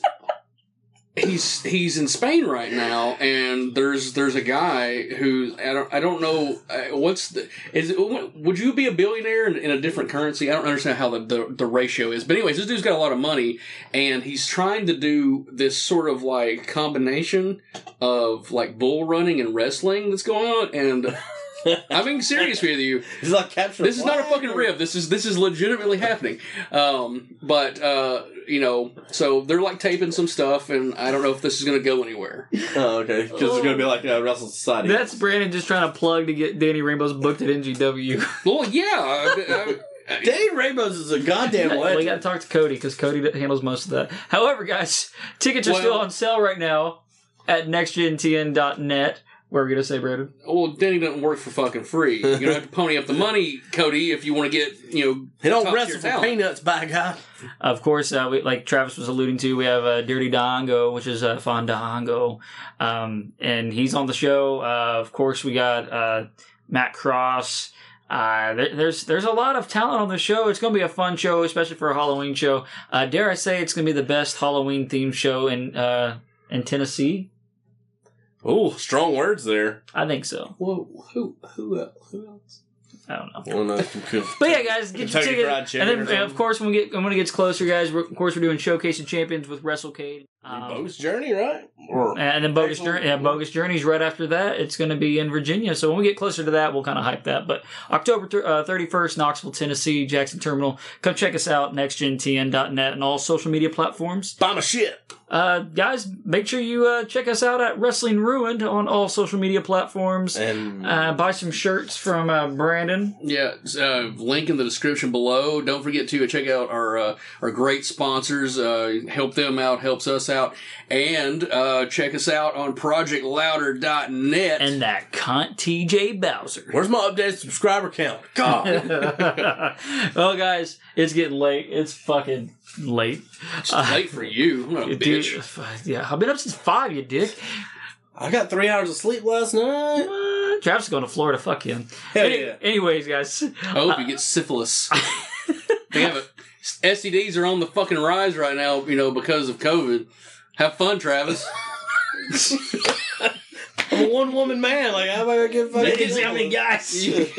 S2: he's he's in Spain right now, and there's there's a guy who I don't I don't know uh, what's the is it, would you be a billionaire in, in a different currency? I don't understand how the, the the ratio is, but anyways, this dude's got a lot of money, and he's trying to do this sort of like combination of like bull running and wrestling that's going on, and. I'm being serious with you.
S3: He's like captured.
S2: This is not a fucking rib. This is this is legitimately happening. Um, but uh, you know, so they're like taping some stuff, and I don't know if this is going to go anywhere.
S3: Oh, okay. Because it's gonna be like uh, Wrestle Society.
S1: That's Brandon just trying to plug to get Danny Rainbow's booked at NGW.
S2: Well, yeah, I, I-
S3: Danny Rainbows is a goddamn
S1: we
S3: legend.
S1: got to talk to Cody because Cody that handles most of that. However, guys, tickets are
S2: Well-
S1: still on sale right now at nextgentn.net. What are we gonna say, Brandon?
S2: well, Danny doesn't work for fucking free. You're gonna have to pony up the money, Cody, if you want to get you know.
S3: he don't
S2: top-tier
S3: wrestle for
S2: talent.
S3: peanuts, by God.
S1: Of course, uh, we, like Travis was alluding to, we have uh, Dirty Dongo, which is uh, Fondango, um, and he's on the show. Uh, of course, we got uh, Matt Cross. Uh, there, there's there's a lot of talent on the show. It's going to be a fun show, especially for a Halloween show. Uh, dare I say, it's going to be the best Halloween themed show in uh, in Tennessee.
S3: Ooh, strong words there.
S1: I think so.
S2: Whoa, who who else? Who else?
S1: I don't know.
S3: I don't know. Cool.
S1: But yeah, guys, get
S3: Kentucky
S1: your
S3: Fried
S1: tickets.
S3: Chicken
S1: And
S3: or
S1: then,
S3: something.
S1: uh, of course, when we get when it gets closer, guys, we're, of course we're doing Showcase of Champions with WrestleCade. Um,
S3: Bo's journey, right? or
S1: And then Bogus
S3: April-
S1: Journey, yeah, Bogus Journeys right after that. It's going to be in Virginia. So when we get closer to that, we'll kind of hype that. But October thir- uh, 31st, Knoxville, Tennessee, Jackson Terminal. Come check us out, nextgentn.net and all social media platforms.
S3: buy my shit.
S1: Uh, guys, make sure you uh, check us out at Wrestling Ruined on all social media platforms.
S3: And
S1: Uh, buy some shirts from uh, Brandon.
S2: Yeah, it's, uh, link in the description below. Don't forget to check out our uh, our great sponsors. Uh, help them out, helps us out, and uh, check us out on ProjectLouder.net.
S1: And that cunt TJ Bowser.
S3: where's my updated subscriber count? God,
S1: well, guys, it's getting late. It's fucking late.
S2: it's late for you, What a
S1: uh, Dude,
S2: bitch.
S1: f- yeah, I've been up since five, you dick.
S3: I got three hours of sleep last night.
S1: Uh, Travis is going to Florida. Fuck him.
S3: Hell
S1: Any-
S3: yeah.
S1: Anyways, guys,
S2: I hope you get syphilis. Damn it, STDs are on the fucking rise right now. You know because of COVID. Have fun, Travis.
S3: I'm a one woman man. Like how am I gonna get fucking?
S5: guys.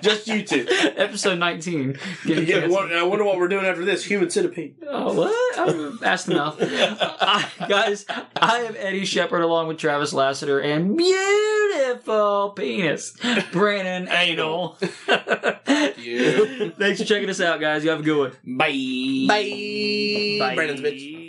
S3: Just you two.
S1: episode 19. Get-
S3: Yeah, what- I wonder what we're doing after this. Human centipede.
S1: Oh, what? I'm ass to mouth. I, guys, I am Eddie Shepard along with Travis Lassiter and beautiful penis, Brandon Anal.
S2: Yeah.
S1: Thanks for checking us out, guys. You have a good one.
S3: Bye. Bye. Brandon's bitch.